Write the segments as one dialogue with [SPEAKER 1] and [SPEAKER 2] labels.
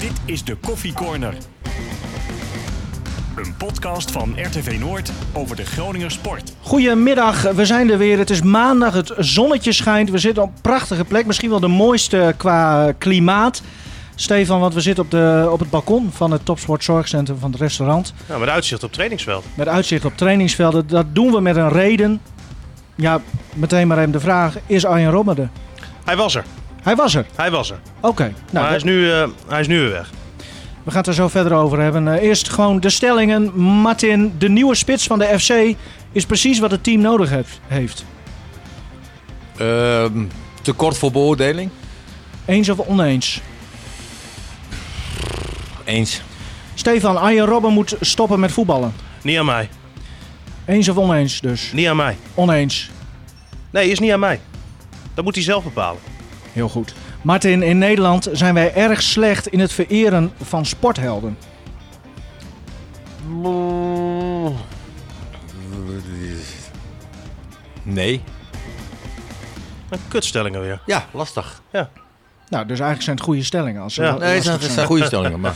[SPEAKER 1] Dit is de Koffie Corner. Een podcast van RTV Noord over de Groninger sport.
[SPEAKER 2] Goedemiddag, we zijn er weer. Het is maandag, het zonnetje schijnt. We zitten op een prachtige plek, misschien wel de mooiste qua eh, klimaat. Stefan, want we zitten op, de, op het balkon van het Topsport Zorgcentrum van het restaurant.
[SPEAKER 3] Nou, met uitzicht op trainingsveld.
[SPEAKER 2] Met uitzicht op trainingsvelden. Dat doen we met een reden. Ja, meteen maar even de vraag, is Arjen Robben er?
[SPEAKER 3] Hij was er.
[SPEAKER 2] Hij was er.
[SPEAKER 3] Hij was er.
[SPEAKER 2] Oké,
[SPEAKER 3] maar
[SPEAKER 2] nou,
[SPEAKER 3] hij, is nu, eh, hij is nu weer weg.
[SPEAKER 2] we gaan het er zo verder over hebben. Eh, Eerst gewoon de stellingen. Martin, de nieuwe spits van de FC is precies wat het team nodig heeft- heeft.
[SPEAKER 4] Ehm te kort voor beoordeling?
[SPEAKER 2] Eens of oneens?
[SPEAKER 4] Eens.
[SPEAKER 2] Stefan, Arjen Robben moet stoppen met voetballen.
[SPEAKER 3] Niet aan mij.
[SPEAKER 2] Eens of oneens dus?
[SPEAKER 3] Niet aan mij.
[SPEAKER 2] Oneens.
[SPEAKER 3] Nee, is niet aan mij. Dat moet hij zelf bepalen.
[SPEAKER 2] Heel goed. Martin, in Nederland zijn wij erg slecht in het vereren van sporthelden.
[SPEAKER 4] Nee.
[SPEAKER 3] Een kutstellingen weer.
[SPEAKER 4] Ja, lastig.
[SPEAKER 2] Nou, dus eigenlijk zijn het goede stellingen. Als ze
[SPEAKER 3] Ja.
[SPEAKER 2] wel
[SPEAKER 4] Nee, het
[SPEAKER 2] lastig
[SPEAKER 4] zijn, het zijn goede stellingen, maar...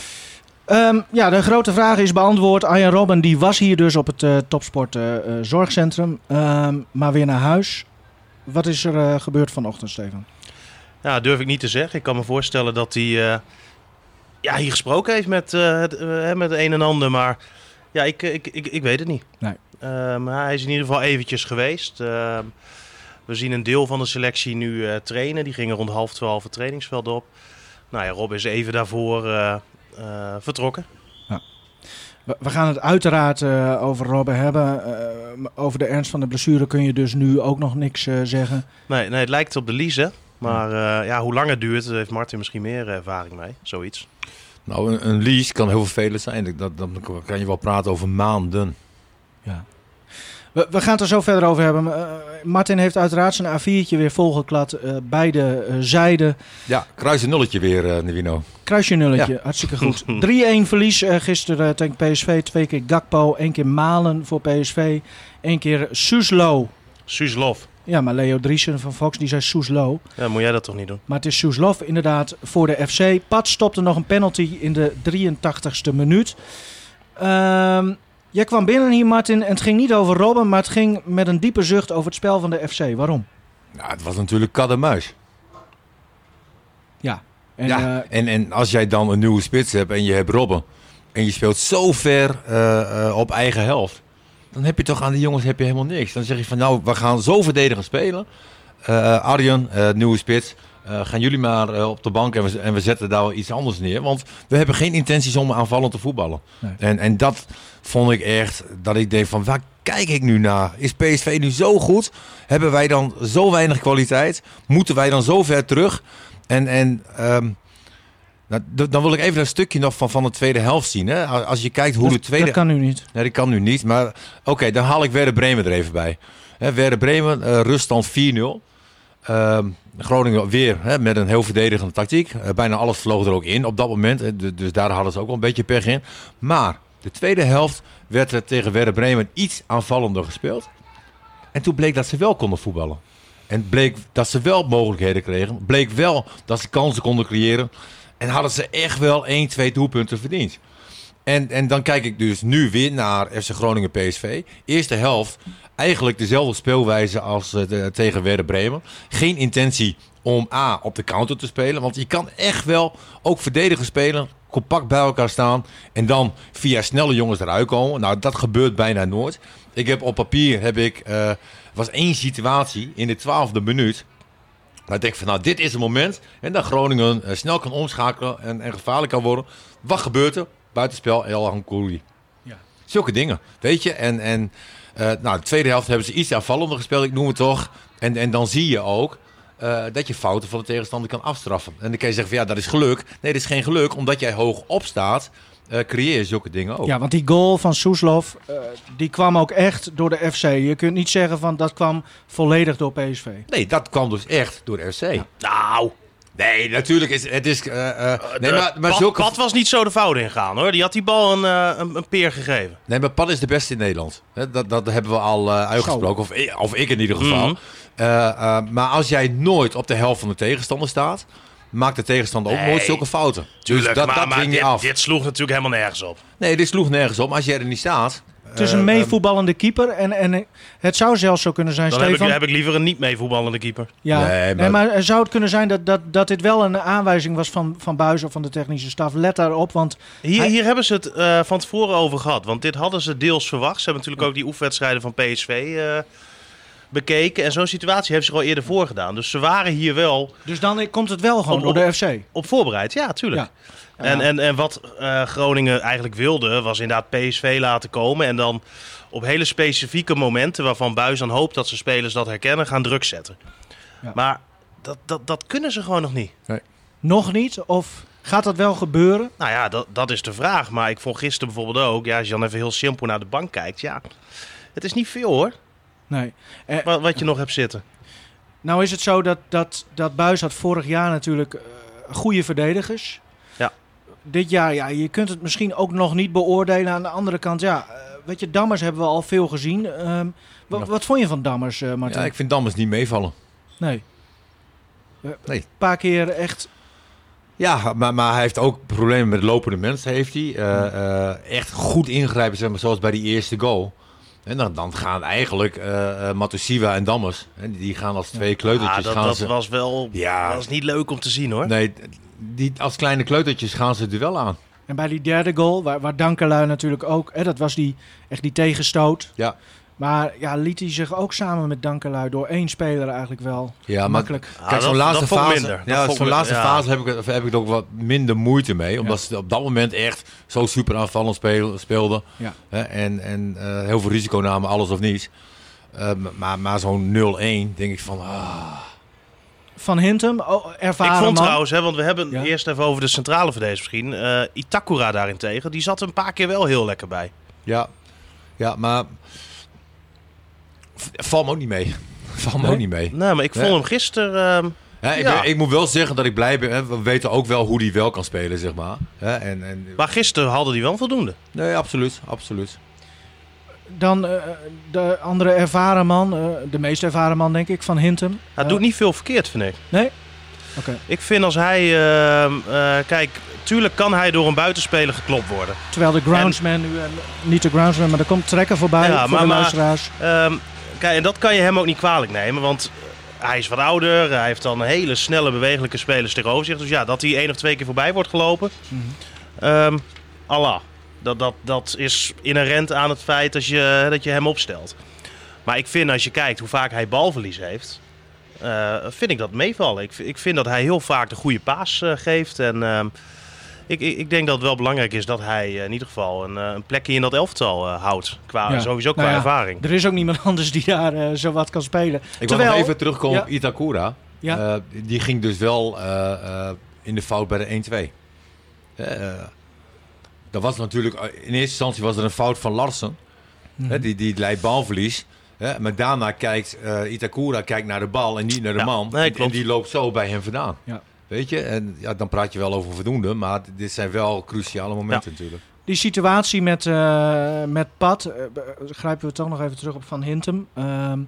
[SPEAKER 2] Ehm, ja, de grote vraag is beantwoord. Arjen Robben die was hier dus op het eh, Topsport eh, eh, Zorgcentrum. Ehm, maar weer naar huis. Wat is er eh, gebeurd vanochtend, Stefan?
[SPEAKER 3] Ja, dat durf ik niet te zeggen. Ik kan me voorstellen dat hij eh, ja, hier gesproken heeft met, eh, het, eh, met een en ander. Maar ja, ik, ik, ik, ik weet het niet.
[SPEAKER 2] Nee.
[SPEAKER 3] Ehm, hij is in ieder geval eventjes geweest. Ehm, we zien een deel van de selectie nu eh, trainen. Die gingen rond half twaalf het trainingsveld op. Nou ja, Rob is even daarvoor eh, eh, vertrokken.
[SPEAKER 2] We, we gaan het uiteraard eh, over Robben hebben. Ehm, over de ernst van de blessure kun je dus nu ook nog niks eh, zeggen.
[SPEAKER 3] Nee, nee, het lijkt op de Lize. Maar eh, ja, hoe lang het duurt, daar heeft Martin misschien meer eh, ervaring mee. Zoiets.
[SPEAKER 4] Nou, een, een lease kan heel vervelend zijn. Dat, dan kan je wel praten over maanden.
[SPEAKER 2] We, we gaan het er zo verder over hebben. Eh, Martin heeft uiteraard zijn A4'tje weer volgeklad. eh, beide eh, zijden.
[SPEAKER 4] Ja, kruis een nulletje weer, eh Nivino.
[SPEAKER 2] Kruisje nulletje, hartstikke goed. 3-1 verlies eh, gisteren eh, tegen PSV. Twee keer Gakpo, één keer Malen voor PSV. één keer Soeslo.
[SPEAKER 3] Suslov.
[SPEAKER 2] Ja, maar Leo Driesen van Fox, die zei Soeslo.
[SPEAKER 3] Ja, moet jij dat toch niet doen?
[SPEAKER 2] Maar het is Soeslof inderdaad voor de FC. Pat stopte nog een penalty in de 83ste minuut. Ehm, jij kwam binnen hier, Martin, en het ging niet over Robben... maar het ging met een diepe zucht over het spel van de FC. Waarom?
[SPEAKER 4] Nou, het was natuurlijk kat en muis.
[SPEAKER 2] Ja. En,
[SPEAKER 4] ja.
[SPEAKER 2] eh,
[SPEAKER 4] en, en als jij dan een nieuwe spits hebt en je hebt Robben... en je speelt zo ver eh, eh, op eigen helft... dan heb je toch aan die jongens heb je helemaal niks. Dan zeg je van, nou, we gaan zo verdedigend spelen. Eh, Arjen, eh, nieuwe spits... eh, gaan jullie maar eh, op de bank en we, en we zetten daar wel iets anders neer. Want we hebben geen intenties om aanvallend te voetballen.
[SPEAKER 2] Nee.
[SPEAKER 4] En, en dat vond ik echt, dat ik denk van waar kijk ik nu naar? Is PSV nu zo goed? Hebben wij dan zo weinig kwaliteit? Moeten wij dan zo ver terug? En, en ehm, nou, d- dan wil ik even dat stukje nog van, van de tweede helft zien. Hè? A- Als je kijkt hoe
[SPEAKER 2] dat,
[SPEAKER 4] de tweede...
[SPEAKER 2] dat kan nu niet.
[SPEAKER 4] Nee, die kan nu niet. Maar oké, dan haal ik Werder Bremen er even bij. Hè, Werder Bremen, eh, ruststand 4-0. Ehm, Groningen weer hè, met een heel verdedigende tactiek. Eh, bijna alles vloog er ook in op dat moment. Eh, du- dus daar hadden ze ook wel een beetje pech in. Maar de tweede helft werd er tegen Werder Bremen iets aanvallender gespeeld. En toen bleek dat ze wel konden voetballen. En bleek dat ze wel mogelijkheden kregen. Bleek wel dat ze kansen konden creëren. En hadden ze echt wel 1, 2 doelpunten verdiend. En, en dan kijk ik dus nu weer naar FC Groningen PSV. Eerste helft, eigenlijk dezelfde speelwijze als eh, de- tegen Werder Bremen. Geen intentie om A, op de counter te spelen. Want je kan echt wel ook verdedigen spelen, compact bij elkaar staan. En dan via snelle jongens eruit komen. Nou, dat gebeurt bijna nooit. Ik heb op papier, heb ik, eh, was één situatie in de twaalfde minuut. Maar ik denk van, nou, dit is het moment. En dat Groningen eh, snel kan omschakelen en, en gevaarlijk kan worden. Wat gebeurt er? Buitenspel, El Hankouri.
[SPEAKER 2] Ja.
[SPEAKER 4] Zulke dingen, weet je. En, en eh, nou, de tweede helft hebben ze iets aanvallender gespeeld, ik noem het toch. En, en dan zie je ook eh, dat je fouten van de tegenstander kan afstraffen. En dan kan je zeggen van, ja, dat is geluk. Nee, dat is geen geluk. Omdat jij hoog opstaat, eh creëer je zulke dingen ook.
[SPEAKER 2] Ja, want die goal van Soeslof, eh, die kwam ook echt door de FC. Je kunt niet zeggen van dat kwam volledig door PSV.
[SPEAKER 4] Nee, dat kwam dus echt door de RC.
[SPEAKER 3] Nou,
[SPEAKER 4] Nee, natuurlijk is het... Is, eh, eh, nee, maar, maar
[SPEAKER 3] Pat,
[SPEAKER 4] zulke...
[SPEAKER 3] Pat was niet zo de fout ingaan hoor. Die had die bal een, eh, een, een peer gegeven.
[SPEAKER 4] Nee, maar Pan is de beste in Nederland. Hè, Dat, dat hebben we al eh, uitgesproken. Of, i- of ik in ieder geval.
[SPEAKER 3] Mhm.
[SPEAKER 4] Eh, eh, maar als jij nooit op de helft van de tegenstander staat. maakt de tegenstander ook
[SPEAKER 3] Nee.
[SPEAKER 4] nooit zulke fouten.
[SPEAKER 3] Tuurlijk,
[SPEAKER 4] dus dat,
[SPEAKER 3] maar,
[SPEAKER 4] dat
[SPEAKER 3] maar
[SPEAKER 4] dwing
[SPEAKER 3] dit,
[SPEAKER 4] je af.
[SPEAKER 3] dit sloeg natuurlijk helemaal nergens op.
[SPEAKER 4] Nee, dit sloeg nergens op. Maar als jij er niet staat...
[SPEAKER 2] Het is een
[SPEAKER 4] eh,
[SPEAKER 2] meevoetballende keeper. En, en het zou zelfs zo kunnen zijn,
[SPEAKER 3] Dan heb ik,
[SPEAKER 2] Stefan.
[SPEAKER 3] heb ik liever een niet mee voetballende keeper.
[SPEAKER 2] Ja, nee,
[SPEAKER 4] Nee,
[SPEAKER 2] maar...
[SPEAKER 4] maar-
[SPEAKER 2] eh, zou het kunnen zijn dat, dat, dat dit wel een aanwijzing was van, van Buijs of van de technische staf? Let daarop, want
[SPEAKER 3] Hier,
[SPEAKER 2] Hij-
[SPEAKER 3] hier hebben ze het eh, van tevoren over gehad. Want dit hadden ze deels verwacht. Ze hebben natuurlijk ook die oefenwedstrijden van PSV eh, bekeken. En zo'n situatie hebben ze er al eerder voor gedaan. Dus ze waren hier wel
[SPEAKER 2] dus dan komt het wel gewoon
[SPEAKER 4] Oh,
[SPEAKER 3] Op-
[SPEAKER 2] door de FC.
[SPEAKER 3] op voorbereid. Ja, tuurlijk.
[SPEAKER 2] Ja.
[SPEAKER 3] En, en, en wat eh, Groningen eigenlijk wilde, was inderdaad PSV laten komen. En dan op hele specifieke momenten waarvan Buis dan hoopt dat ze spelers dat herkennen, gaan druk zetten.
[SPEAKER 2] Ja.
[SPEAKER 3] Maar dat, dat, dat kunnen ze gewoon nog niet.
[SPEAKER 2] Nog niet? Of gaat dat wel gebeuren?
[SPEAKER 3] Nou ja, dat, dat is de vraag. Maar ik vond gisteren bijvoorbeeld ook, ja, als je dan even heel simpel naar de bank kijkt, ja. Het is niet veel hoor,
[SPEAKER 2] Nee.
[SPEAKER 3] wat, wat je nog hebt zitten.
[SPEAKER 2] Nou is het zo dat, dat, dat Buijs had vorig jaar natuurlijk eh, goede verdedigers.
[SPEAKER 3] Ja.
[SPEAKER 2] Dit jaar, ja, je kunt het misschien ook nog niet beoordelen. Aan de andere kant, ja, eh, weet je, Dammers hebben we al veel gezien. Ehm, wa-
[SPEAKER 4] Ja.
[SPEAKER 2] Wat vond je van Dammers, eh, Martin?
[SPEAKER 4] ja, ik vind Dammers niet meevallen.
[SPEAKER 2] Nee. Eh,
[SPEAKER 4] Nee.
[SPEAKER 2] Een paar keer echt
[SPEAKER 4] Ja, maar, maar hij heeft ook problemen met lopende mensen. Heeft hij. Eh, eh, echt goed ingrijpen, zeg maar, zoals bij die eerste goal. En dan, dan gaan eigenlijk eh eh, Matusiwa en Dammers. Hè, die gaan als twee kleutertjes.
[SPEAKER 3] Ah, dat
[SPEAKER 4] gaan
[SPEAKER 3] dat
[SPEAKER 4] ze,
[SPEAKER 3] was wel
[SPEAKER 4] Ja.
[SPEAKER 3] was niet leuk om te zien hoor.
[SPEAKER 4] Nee, die, als kleine kleutertjes gaan ze het duel aan.
[SPEAKER 2] En bij die derde goal, waar, waar Dankelui natuurlijk ook, hè, dat was die, echt die tegenstoot.
[SPEAKER 4] Ja.
[SPEAKER 2] Maar ja, liet hij zich ook samen met Dankelui door één speler eigenlijk wel
[SPEAKER 4] Ja, maar
[SPEAKER 2] makkelijk.
[SPEAKER 3] Ah,
[SPEAKER 4] Kijk, zo'n
[SPEAKER 3] dat-
[SPEAKER 4] laatste
[SPEAKER 3] dat vond ik
[SPEAKER 4] fase,
[SPEAKER 3] minder. Dat
[SPEAKER 4] ja,
[SPEAKER 3] vond ik
[SPEAKER 4] zo'n
[SPEAKER 3] mi-
[SPEAKER 4] laatste
[SPEAKER 3] ja.
[SPEAKER 4] fase heb ik, het- heb ik het ook wat minder moeite mee. Omdat ze op dat moment echt zo super aanvallend speel- speelden.
[SPEAKER 2] Ja.
[SPEAKER 4] Hè, en en eh, heel veel risico namen, alles of niets. Eh, maar maar zo'n 0-1 denk ik van... Ah,
[SPEAKER 2] Van Hintem, oh, ervaren
[SPEAKER 3] Ik vond
[SPEAKER 2] man.
[SPEAKER 3] trouwens, hè, want we hebben
[SPEAKER 2] Ja.
[SPEAKER 3] eerst even over de centrale verdedigers misschien. Eh, Itakura daarentegen, die zat een paar keer wel heel lekker bij.
[SPEAKER 4] ja, ja, maar... v- Valt me ook niet mee. Valt me
[SPEAKER 2] Nee?
[SPEAKER 4] ook niet mee.
[SPEAKER 3] Nee, maar ik vond
[SPEAKER 4] Ja.
[SPEAKER 3] hem gisteren... ehm,
[SPEAKER 4] Hè, ik,
[SPEAKER 3] Ja.
[SPEAKER 4] ben- ik moet wel zeggen dat ik blij ben. hè, We weten ook wel hoe die wel kan spelen, zeg maar. Hè, en, en,
[SPEAKER 3] maar gisteren hadden die wel voldoende.
[SPEAKER 4] nee, absoluut, absoluut.
[SPEAKER 2] Dan eh, de andere ervaren man, eh, de meest ervaren man denk ik, Van Hintem.
[SPEAKER 3] Hij doet niet veel verkeerd, vind ik.
[SPEAKER 2] Nee? Oké.
[SPEAKER 3] Ik vind als hij... ehm, eh, kijk, tuurlijk kan hij door een buitenspeler geklopt worden.
[SPEAKER 2] Terwijl de groundsman nu, eh, niet de groundsman, maar er komt trekker voorbij
[SPEAKER 3] Ja,
[SPEAKER 2] voor
[SPEAKER 3] maar-
[SPEAKER 2] de
[SPEAKER 3] maar-
[SPEAKER 2] luisteraars.
[SPEAKER 3] Ehm, kijk, en dat kan je hem ook niet kwalijk nemen, want eh, hij is wat ouder. Hij heeft dan hele snelle, bewegelijke spelers tegenover zich. Dus ja, dat hij één of twee keer voorbij wordt gelopen, ehm Allah. Dat, dat, dat is inherent aan het feit dat je, dat je hem opstelt. Maar ik vind als je kijkt hoe vaak hij balverlies heeft, eh, vind ik dat meevallen. Ik, v- ik vind dat hij heel vaak de goede paas eh, geeft. En ehm, ik, ik, ik denk dat het wel belangrijk is dat hij eh, in ieder geval een, eh, een plekje in dat elftal eh, houdt. Qua,
[SPEAKER 2] Ja.
[SPEAKER 3] Sowieso qua
[SPEAKER 2] Nou ja,
[SPEAKER 3] ervaring.
[SPEAKER 2] Er is ook niemand anders die daar eh, zowat kan spelen.
[SPEAKER 4] Ik wil
[SPEAKER 2] Terwijl-
[SPEAKER 4] nog even terugkomen op
[SPEAKER 2] Ja.
[SPEAKER 4] Itakura.
[SPEAKER 2] Ja.
[SPEAKER 4] Eh, die ging dus wel eh, eh, in de fout bij de 1-2. Eh, eh, dat was natuurlijk, eh, in eerste instantie was er een fout van Larsen.
[SPEAKER 2] Mhm.
[SPEAKER 4] Hè, die, die leidt balverlies. Hè, maar daarna kijkt eh, Itakura kijkt naar de bal en niet naar de
[SPEAKER 3] Ja,
[SPEAKER 4] man.
[SPEAKER 3] nee,
[SPEAKER 4] En- en
[SPEAKER 3] klopt.
[SPEAKER 4] die loopt zo bij hem vandaan.
[SPEAKER 2] Ja.
[SPEAKER 4] Weet je, en ja, dan praat je wel over voldoende, maar dit zijn wel cruciale momenten natuurlijk.
[SPEAKER 2] Die situatie met, eh, met Pat, eh, be- grijpen we toch nog even terug op Van Hintem. Ehm,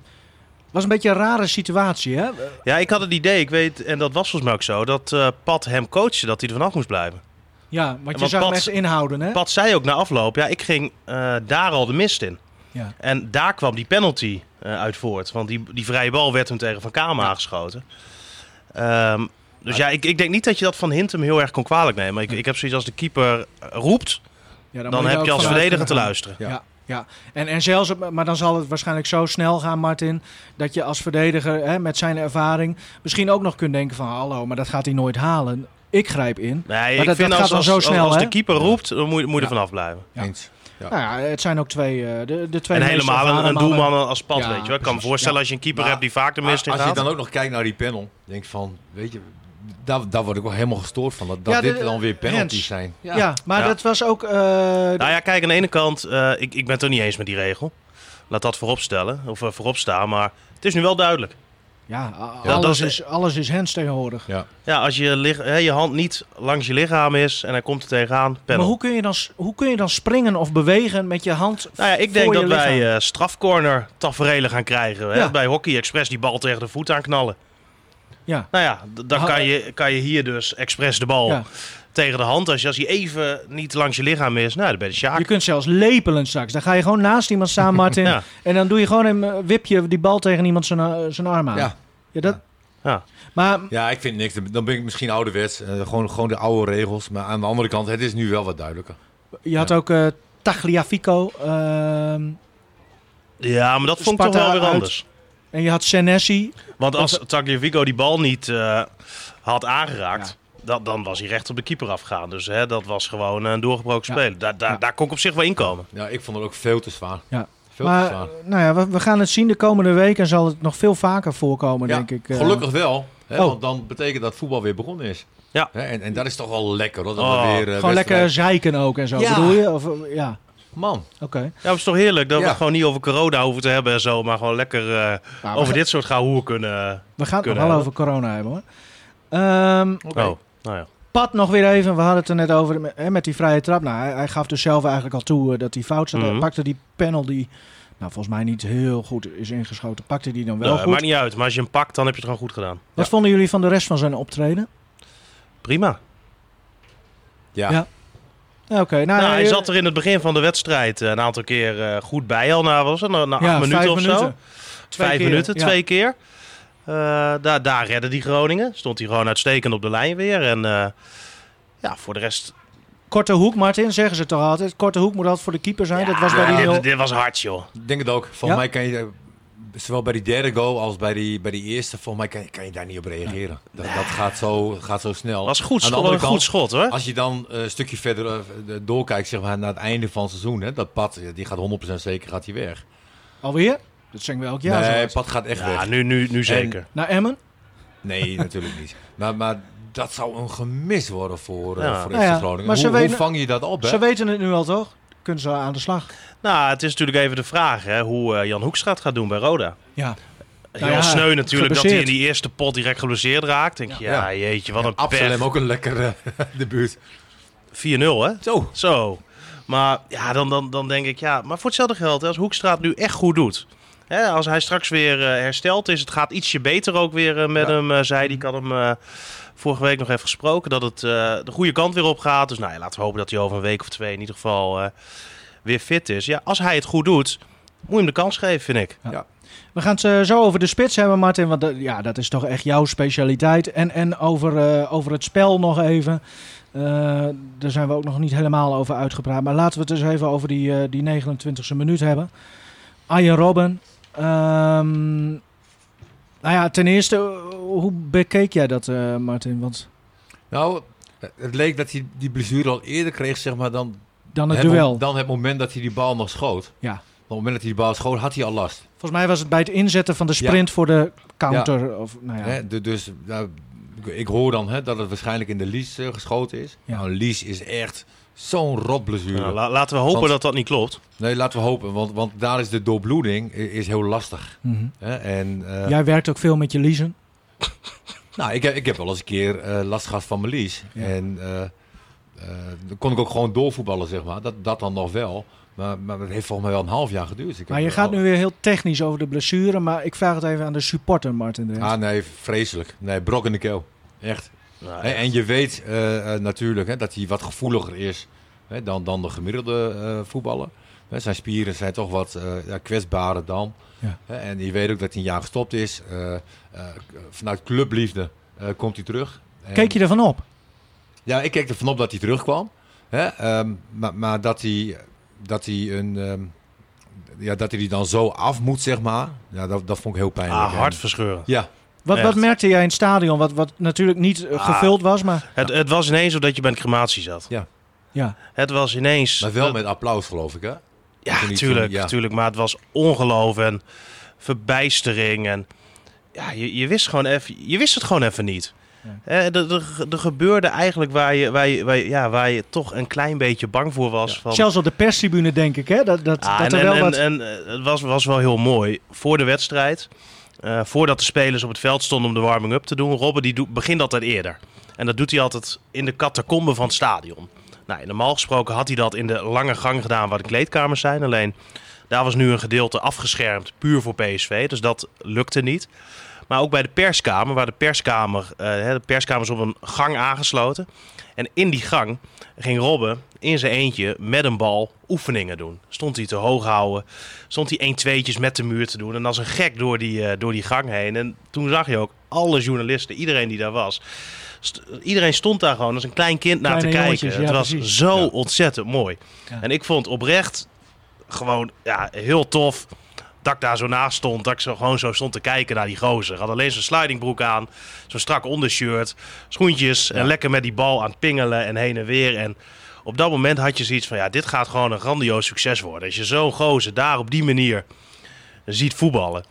[SPEAKER 2] was een beetje een rare situatie, hè?
[SPEAKER 3] Ja, ik had het idee, ik weet, en dat was volgens mij ook zo, dat eh, Pat hem coachte dat hij er vanaf moest blijven.
[SPEAKER 2] Ja, want je
[SPEAKER 3] Want
[SPEAKER 2] zou hem
[SPEAKER 3] Pat-
[SPEAKER 2] echt inhouden, hè?
[SPEAKER 3] Pat zei ook na afloop, ja, ik ging eh, daar al de mist in.
[SPEAKER 2] Ja.
[SPEAKER 3] En daar kwam die penalty eh, uit voort, want die, die vrije bal werd hem tegen Van Kamer aangeschoten. Ehm, dus ja, ik, ik denk niet dat je dat van Hintem heel erg kon kwalijk nemen. Ik, ik heb zoiets als de keeper roept,
[SPEAKER 2] Ja,
[SPEAKER 3] dan,
[SPEAKER 2] moet daar
[SPEAKER 3] heb
[SPEAKER 2] ook
[SPEAKER 3] je als
[SPEAKER 2] vanuit
[SPEAKER 3] verdediger te
[SPEAKER 2] kunnen gaan.
[SPEAKER 3] luisteren.
[SPEAKER 4] Ja.
[SPEAKER 2] Ja, ja. En, en zelfs, op- maar dan zal het waarschijnlijk zo snel gaan, Martin, dat je als verdediger hè, met zijn ervaring misschien ook nog kunt denken van hallo, maar dat gaat hij nooit halen. Ik grijp in.
[SPEAKER 3] Nee,
[SPEAKER 2] dat-
[SPEAKER 3] ik
[SPEAKER 2] dat
[SPEAKER 3] vind
[SPEAKER 2] gaat
[SPEAKER 3] als,
[SPEAKER 2] dan
[SPEAKER 3] als,
[SPEAKER 2] zo
[SPEAKER 3] als-
[SPEAKER 2] snel,
[SPEAKER 3] als
[SPEAKER 2] hè?
[SPEAKER 3] de keeper roept, dan moet, je- moet je er vanaf blijven.
[SPEAKER 2] Ja.
[SPEAKER 4] Eens. Ja.
[SPEAKER 2] Nou ja, het zijn ook twee, eh, de, de twee
[SPEAKER 3] En
[SPEAKER 2] meest
[SPEAKER 3] helemaal een,
[SPEAKER 2] ervaren
[SPEAKER 3] een
[SPEAKER 2] mannen.
[SPEAKER 3] doelman als Pat,
[SPEAKER 2] Ja,
[SPEAKER 3] weet je wel. Ik kan me
[SPEAKER 2] precies.
[SPEAKER 3] voorstellen
[SPEAKER 2] Ja.
[SPEAKER 3] als je een keeper
[SPEAKER 4] Maar
[SPEAKER 3] hebt die vaak de
[SPEAKER 4] Maar
[SPEAKER 3] mist in
[SPEAKER 4] als je
[SPEAKER 3] gaat.
[SPEAKER 4] dan ook nog kijkt naar die panel, denk ik van, weet je, daar, daar word ik wel helemaal gestoord van. Dat, dat
[SPEAKER 2] Ja, de-
[SPEAKER 4] dit dan weer penalties
[SPEAKER 2] Rens.
[SPEAKER 4] zijn.
[SPEAKER 2] Ja, maar
[SPEAKER 3] Ja.
[SPEAKER 2] dat was ook. eh,
[SPEAKER 3] Nou ja, kijk, aan de ene kant, eh, ik, ik ben het er niet eens met die regel. Laat dat voorop stellen, of eh, voorop staan, maar het is nu wel duidelijk.
[SPEAKER 2] Ja, a-
[SPEAKER 3] Ja, dat
[SPEAKER 2] alles,
[SPEAKER 3] is-
[SPEAKER 2] is, alles is hands tegenwoordig.
[SPEAKER 4] Ja.
[SPEAKER 3] Ja, als je, lig- hè, je hand niet langs je lichaam is en hij komt er tegenaan,
[SPEAKER 2] Maar
[SPEAKER 3] panel.
[SPEAKER 2] hoe kun, je dan, s- hoe kun je dan springen of bewegen met je hand?
[SPEAKER 3] nou ja, ik
[SPEAKER 2] voor
[SPEAKER 3] denk
[SPEAKER 2] je
[SPEAKER 3] dat wij
[SPEAKER 2] lichaam?
[SPEAKER 3] eh, strafcorner taferelen gaan krijgen. Hè?
[SPEAKER 2] Ja.
[SPEAKER 3] Bij Hockey Express die bal tegen de voet aanknallen.
[SPEAKER 2] Ja.
[SPEAKER 3] Nou ja, d- dan
[SPEAKER 2] Ha-
[SPEAKER 3] kan je, kan je hier dus expres de bal
[SPEAKER 2] Ja.
[SPEAKER 3] tegen de hand. Als, je, als hij even niet langs je lichaam is, nou, dan ben je Sjaak.
[SPEAKER 2] Je kunt zelfs lepelen straks. Dan ga je gewoon naast iemand staan, Martin.
[SPEAKER 3] Ja.
[SPEAKER 2] En dan doe je gewoon een eh, wipje die bal tegen iemand zijn, eh, zijn arm aan.
[SPEAKER 4] Ja.
[SPEAKER 2] Ja, dat...
[SPEAKER 3] Ja.
[SPEAKER 2] Maar
[SPEAKER 4] Ja, ik vind niks. Dan ben ik misschien ouderwets. eh, gewoon, gewoon de oude regels. Maar aan de andere kant, het is nu wel wat duidelijker.
[SPEAKER 2] je had ook eh, Tagliafico. ehm,
[SPEAKER 3] Ja, maar dat vond ik toch
[SPEAKER 2] Sparta
[SPEAKER 3] wel weer
[SPEAKER 2] uit.
[SPEAKER 3] anders.
[SPEAKER 2] en je had Senesi.
[SPEAKER 3] Want als Tagliafico die bal niet eh, had aangeraakt, dan, dan was hij recht op de keeper afgegaan. Dus hè, dat was gewoon een doorgebroken
[SPEAKER 2] Ja.
[SPEAKER 3] speler. Daar, daar,
[SPEAKER 2] Ja.
[SPEAKER 3] daar kon ik op zich wel inkomen.
[SPEAKER 4] Ja, ik vond het ook veel te zwaar.
[SPEAKER 2] Ja.
[SPEAKER 4] Veel te
[SPEAKER 2] Maar
[SPEAKER 4] zwaar.
[SPEAKER 2] nou ja, we, we gaan het zien de komende week. En zal het nog veel vaker voorkomen,
[SPEAKER 4] Ja,
[SPEAKER 2] denk ik. eh.
[SPEAKER 4] Gelukkig wel. Hè,
[SPEAKER 2] Oh.
[SPEAKER 4] Want dan betekent dat voetbal weer begonnen is.
[SPEAKER 3] Ja.
[SPEAKER 4] Hè, en, en dat is toch wel lekker. Hoor, dat
[SPEAKER 3] Oh.
[SPEAKER 4] we weer, eh,
[SPEAKER 2] Gewoon
[SPEAKER 4] wedstrijd-
[SPEAKER 2] lekker zeiken ook en zo,
[SPEAKER 4] Ja.
[SPEAKER 2] bedoel je? Of, eh, ja,
[SPEAKER 4] Man,
[SPEAKER 2] oké.
[SPEAKER 3] Ja, maar het is toch heerlijk dat we
[SPEAKER 4] Ja.
[SPEAKER 3] het gewoon niet over corona hoeven te hebben en zo. Maar gewoon lekker eh,
[SPEAKER 2] Nou, we,
[SPEAKER 3] over
[SPEAKER 2] ga-
[SPEAKER 3] dit soort gehoer kunnen. eh,
[SPEAKER 2] we gaan het nog
[SPEAKER 3] kunnen
[SPEAKER 2] wel
[SPEAKER 3] hebben.
[SPEAKER 2] over corona hebben, hoor. Ehm,
[SPEAKER 4] Oké.
[SPEAKER 3] Oh, nou ja.
[SPEAKER 2] Pat nog weer even, we hadden het er net over met- hè, met die vrije trap. Nou, hij, hij gaf dus zelf eigenlijk al toe eh, dat hij fout zat. Hij
[SPEAKER 3] Mhm.
[SPEAKER 2] pakte die penalty, nou volgens mij niet heel goed is ingeschoten. Pakte die dan wel
[SPEAKER 3] Nou,
[SPEAKER 2] goed.
[SPEAKER 3] maakt niet uit. Maar als je hem pakt, dan heb je het gewoon goed gedaan.
[SPEAKER 2] Wat vonden jullie van de rest van zijn optreden?
[SPEAKER 3] Prima.
[SPEAKER 4] ja.
[SPEAKER 2] Ja. Ja, Oké, nou,
[SPEAKER 3] nou, hij
[SPEAKER 2] eh,
[SPEAKER 3] zat er in het begin van de wedstrijd eh, een aantal keer eh, goed bij al. Na, was het, na, na
[SPEAKER 2] ja,
[SPEAKER 3] acht minuten
[SPEAKER 2] vijf
[SPEAKER 3] of zo.
[SPEAKER 2] minuten. Twee
[SPEAKER 3] vijf
[SPEAKER 2] keer,
[SPEAKER 3] minuten,
[SPEAKER 2] ja.
[SPEAKER 3] twee keer. Eh, daar, daar redde die Groningen. Stond hij gewoon uitstekend op de lijn weer. En eh, ja, voor de rest...
[SPEAKER 2] Korte hoek, Martin, zeggen ze toch altijd. Korte hoek moet altijd voor de keeper zijn. dat was bij die
[SPEAKER 3] Ja,
[SPEAKER 2] nul-
[SPEAKER 3] dit, dit was hard, joh.
[SPEAKER 4] Ik denk het ook. Volgens
[SPEAKER 2] Ja?
[SPEAKER 4] mij kan je, eh, zowel bij die derde goal als bij die, bij die eerste, volgens mij kan, kan je daar niet op reageren. Dat, dat gaat, zo, gaat zo snel.
[SPEAKER 3] was goed,
[SPEAKER 4] Aan de
[SPEAKER 3] schot,
[SPEAKER 4] andere
[SPEAKER 3] een
[SPEAKER 4] kant,
[SPEAKER 3] goed schot, hoor.
[SPEAKER 4] Als je dan eh, een stukje verder eh, de- doorkijkt, zeg maar, naar het einde van het seizoen, hè, dat pad, eh, die gaat 100% zeker gaat hij weg.
[SPEAKER 2] Alweer? Dat zeggen we elk jaar.
[SPEAKER 4] nee,
[SPEAKER 2] zoiets.
[SPEAKER 4] pad gaat echt
[SPEAKER 3] Ja,
[SPEAKER 4] weg.
[SPEAKER 3] nu, nu, nu zeker.
[SPEAKER 2] Naar Emmen?
[SPEAKER 4] Nee, natuurlijk niet. Maar, maar dat zou een gemis worden voor, eh
[SPEAKER 3] Ja.
[SPEAKER 4] voor
[SPEAKER 2] Nou
[SPEAKER 4] FC
[SPEAKER 2] ja,
[SPEAKER 4] Groningen.
[SPEAKER 2] maar ze
[SPEAKER 4] hoe, hoe
[SPEAKER 2] weten-
[SPEAKER 4] vang je dat op? Hè?
[SPEAKER 2] Ze weten het nu al, toch? Kunnen ze aan de slag?
[SPEAKER 3] Nou, het is natuurlijk even de vraag hè, hoe eh, Jan Hoekstra het gaat doen bij Roda.
[SPEAKER 2] Ja.
[SPEAKER 3] Heel
[SPEAKER 2] Nou ja,
[SPEAKER 3] sneu natuurlijk dat hij in
[SPEAKER 2] geblesseerd.
[SPEAKER 3] die eerste pot direct geblesseerd raakt. Denk je, ja,
[SPEAKER 4] Ja.
[SPEAKER 3] jeetje, wat een pech. 4-0,
[SPEAKER 4] Absalem ook een lekkere debuut.
[SPEAKER 3] hè?
[SPEAKER 4] Zo.
[SPEAKER 3] Zo. Maar ja, dan, dan, dan denk ik, ja, maar voor hetzelfde geld, hè, als Hoekstra het nu echt goed doet. Hè, als hij straks weer eh, hersteld is, het gaat ietsje beter ook weer eh, met
[SPEAKER 4] Ja.
[SPEAKER 3] hem, eh, zei die Ik had hem eh, vorige week nog even gesproken, dat het eh, de goede kant weer op gaat. Dus nou ja, laten we hopen dat hij over een week of twee in ieder geval eh, weer fit is. Ja, als hij het goed doet, moet je hem de kans geven, vind ik.
[SPEAKER 2] We gaan het eh, zo over de spits hebben, Martin. Want dat, ja, dat is toch echt jouw specialiteit. En, en over, eh, over het spel nog even. Eh, daar zijn we ook nog niet helemaal over uitgepraat. Maar laten we het eens even over die, eh, die 29e minuut hebben. Arjen Robben. Ehm, nou ja, ten eerste, eh, hoe bekeek jij dat, eh, Martin? Want
[SPEAKER 4] Nou, het leek dat hij die blessure al eerder kreeg, zeg maar, dan
[SPEAKER 2] dan het
[SPEAKER 4] het mo-
[SPEAKER 2] duel.
[SPEAKER 4] dan het moment dat hij die bal nog schoot.
[SPEAKER 2] Ja.
[SPEAKER 4] Op het moment dat hij die bal schoot, had hij al last.
[SPEAKER 2] Volgens mij was het bij het inzetten van de sprint voor de counter. Of, nou ja.
[SPEAKER 4] Hè, du- dus nou, ik- ik hoor dan hè, dat het waarschijnlijk in de Lies eh, geschoten is.
[SPEAKER 2] Ja.
[SPEAKER 4] Nou, Lies is echt zo'n rot blessure.
[SPEAKER 3] Nou, la- laten we hopen
[SPEAKER 4] Want-
[SPEAKER 3] dat dat niet klopt.
[SPEAKER 4] nee, laten we hopen, want, want daar is de doorbloeding i- is heel lastig.
[SPEAKER 2] Mhm.
[SPEAKER 4] Hè? En, eh,
[SPEAKER 2] Jij werkt ook veel met je leasen.
[SPEAKER 4] Nou, ik heb, ik heb wel eens een keer eh, last gehad van mijn lies.
[SPEAKER 2] Ja.
[SPEAKER 4] En eh, eh, dan kon ik ook gewoon doorvoetballen, zeg maar. Dat, dat dan nog wel. Maar, maar dat heeft volgens mij wel een half jaar geduurd. Dus Ik
[SPEAKER 2] Maar
[SPEAKER 4] heb
[SPEAKER 2] je gaat
[SPEAKER 4] al-
[SPEAKER 2] nu weer heel technisch over de blessure, maar ik vraag het even aan de supporter, Martin. de Rent.
[SPEAKER 4] Ah nee, vreselijk. Nee, brok in de keel. Echt.
[SPEAKER 3] Nou,
[SPEAKER 2] Ah,
[SPEAKER 4] Hè, en je weet eh, eh, natuurlijk hè, dat hij wat gevoeliger is hè, dan, dan de gemiddelde eh, voetballer. Hè, zijn spieren zijn toch wat eh, ja, kwetsbaarder dan.
[SPEAKER 2] Ja.
[SPEAKER 4] Hè, en je weet ook dat hij een jaar gestopt is. Eh, eh, k- vanuit clubliefde eh, komt hij terug. En-
[SPEAKER 2] Keek je ervan op?
[SPEAKER 4] Ja, ik keek ervan op dat hij terugkwam. Hè? Ehm, maar, maar dat hij, dat hij een... ehm, ja, dat hij die dan zo af moet, zeg maar. Ja, dat, dat vond ik heel pijnlijk.
[SPEAKER 3] ah,
[SPEAKER 4] En-
[SPEAKER 3] hartverscheurend.
[SPEAKER 4] Ja,
[SPEAKER 2] Wat, wat
[SPEAKER 3] Echt.
[SPEAKER 2] merkte jij in het stadion? Wat, wat natuurlijk niet eh,
[SPEAKER 3] Ah.
[SPEAKER 2] gevuld was, maar
[SPEAKER 3] Het, het was ineens zo dat je bij een crematie zat.
[SPEAKER 2] ja.
[SPEAKER 3] Het was ineens...
[SPEAKER 4] maar wel met applaus, geloof ik, hè?
[SPEAKER 3] Ja,
[SPEAKER 4] Toen die-
[SPEAKER 3] tuurlijk,
[SPEAKER 4] toen- ja.
[SPEAKER 3] tuurlijk. Maar het was ongeloof en verbijstering. En ja, je, je, wist, gewoon even, je wist het gewoon even niet.
[SPEAKER 2] Ja.
[SPEAKER 3] Eh, Er er- er gebeurde eigenlijk waar je, waar, je, waar, je- ja, waar je toch een klein beetje bang voor was. Van,
[SPEAKER 2] Zelfs op de perstribune denk ik, hè? Dat, dat,
[SPEAKER 3] Ah,
[SPEAKER 2] dat
[SPEAKER 3] en,
[SPEAKER 2] er wel
[SPEAKER 3] en,
[SPEAKER 2] wat...
[SPEAKER 3] en, eh, het was, was wel heel mooi. Voor de wedstrijd, eh, voordat de spelers op het veld stonden om de warming-up te doen, Robben die doet, begint altijd eerder. En dat doet hij altijd in de catacombe van het stadion. Nou, normaal gesproken had hij dat in de lange gang gedaan waar de kleedkamers zijn. Alleen daar was nu een gedeelte afgeschermd, puur voor PSV. Dus dat lukte niet. Maar ook bij de perskamer, waar de perskamer, eh, hè, de perskamer is op een gang aangesloten. En in die gang ging Robben in zijn eentje met een bal oefeningen doen. Stond hij te hoog houden, stond hij 1 tweetjes met de muur te doen. En als een gek door die, eh, door die gang heen. En toen zag je ook alle journalisten, iedereen die daar was. st- iedereen stond daar gewoon als een klein kind naar
[SPEAKER 2] Kleine
[SPEAKER 3] te kijken.
[SPEAKER 2] jongetjes,
[SPEAKER 3] het
[SPEAKER 2] ja,
[SPEAKER 3] was
[SPEAKER 2] precies.
[SPEAKER 3] zo
[SPEAKER 4] Ja.
[SPEAKER 3] ontzettend mooi.
[SPEAKER 2] Ja.
[SPEAKER 3] En ik vond oprecht gewoon ja, heel tof dat ik daar zo naast stond. Dat ik zo, gewoon zo stond te kijken naar die gozer. Had alleen zijn slidingbroek aan, zo'n strak ondershirt, schoentjes. En lekker met die bal aan het pingelen en heen en weer. En op dat moment had je zoiets van, ja, dit gaat gewoon een grandioos succes worden. Als je zo'n gozer daar op die manier ziet voetballen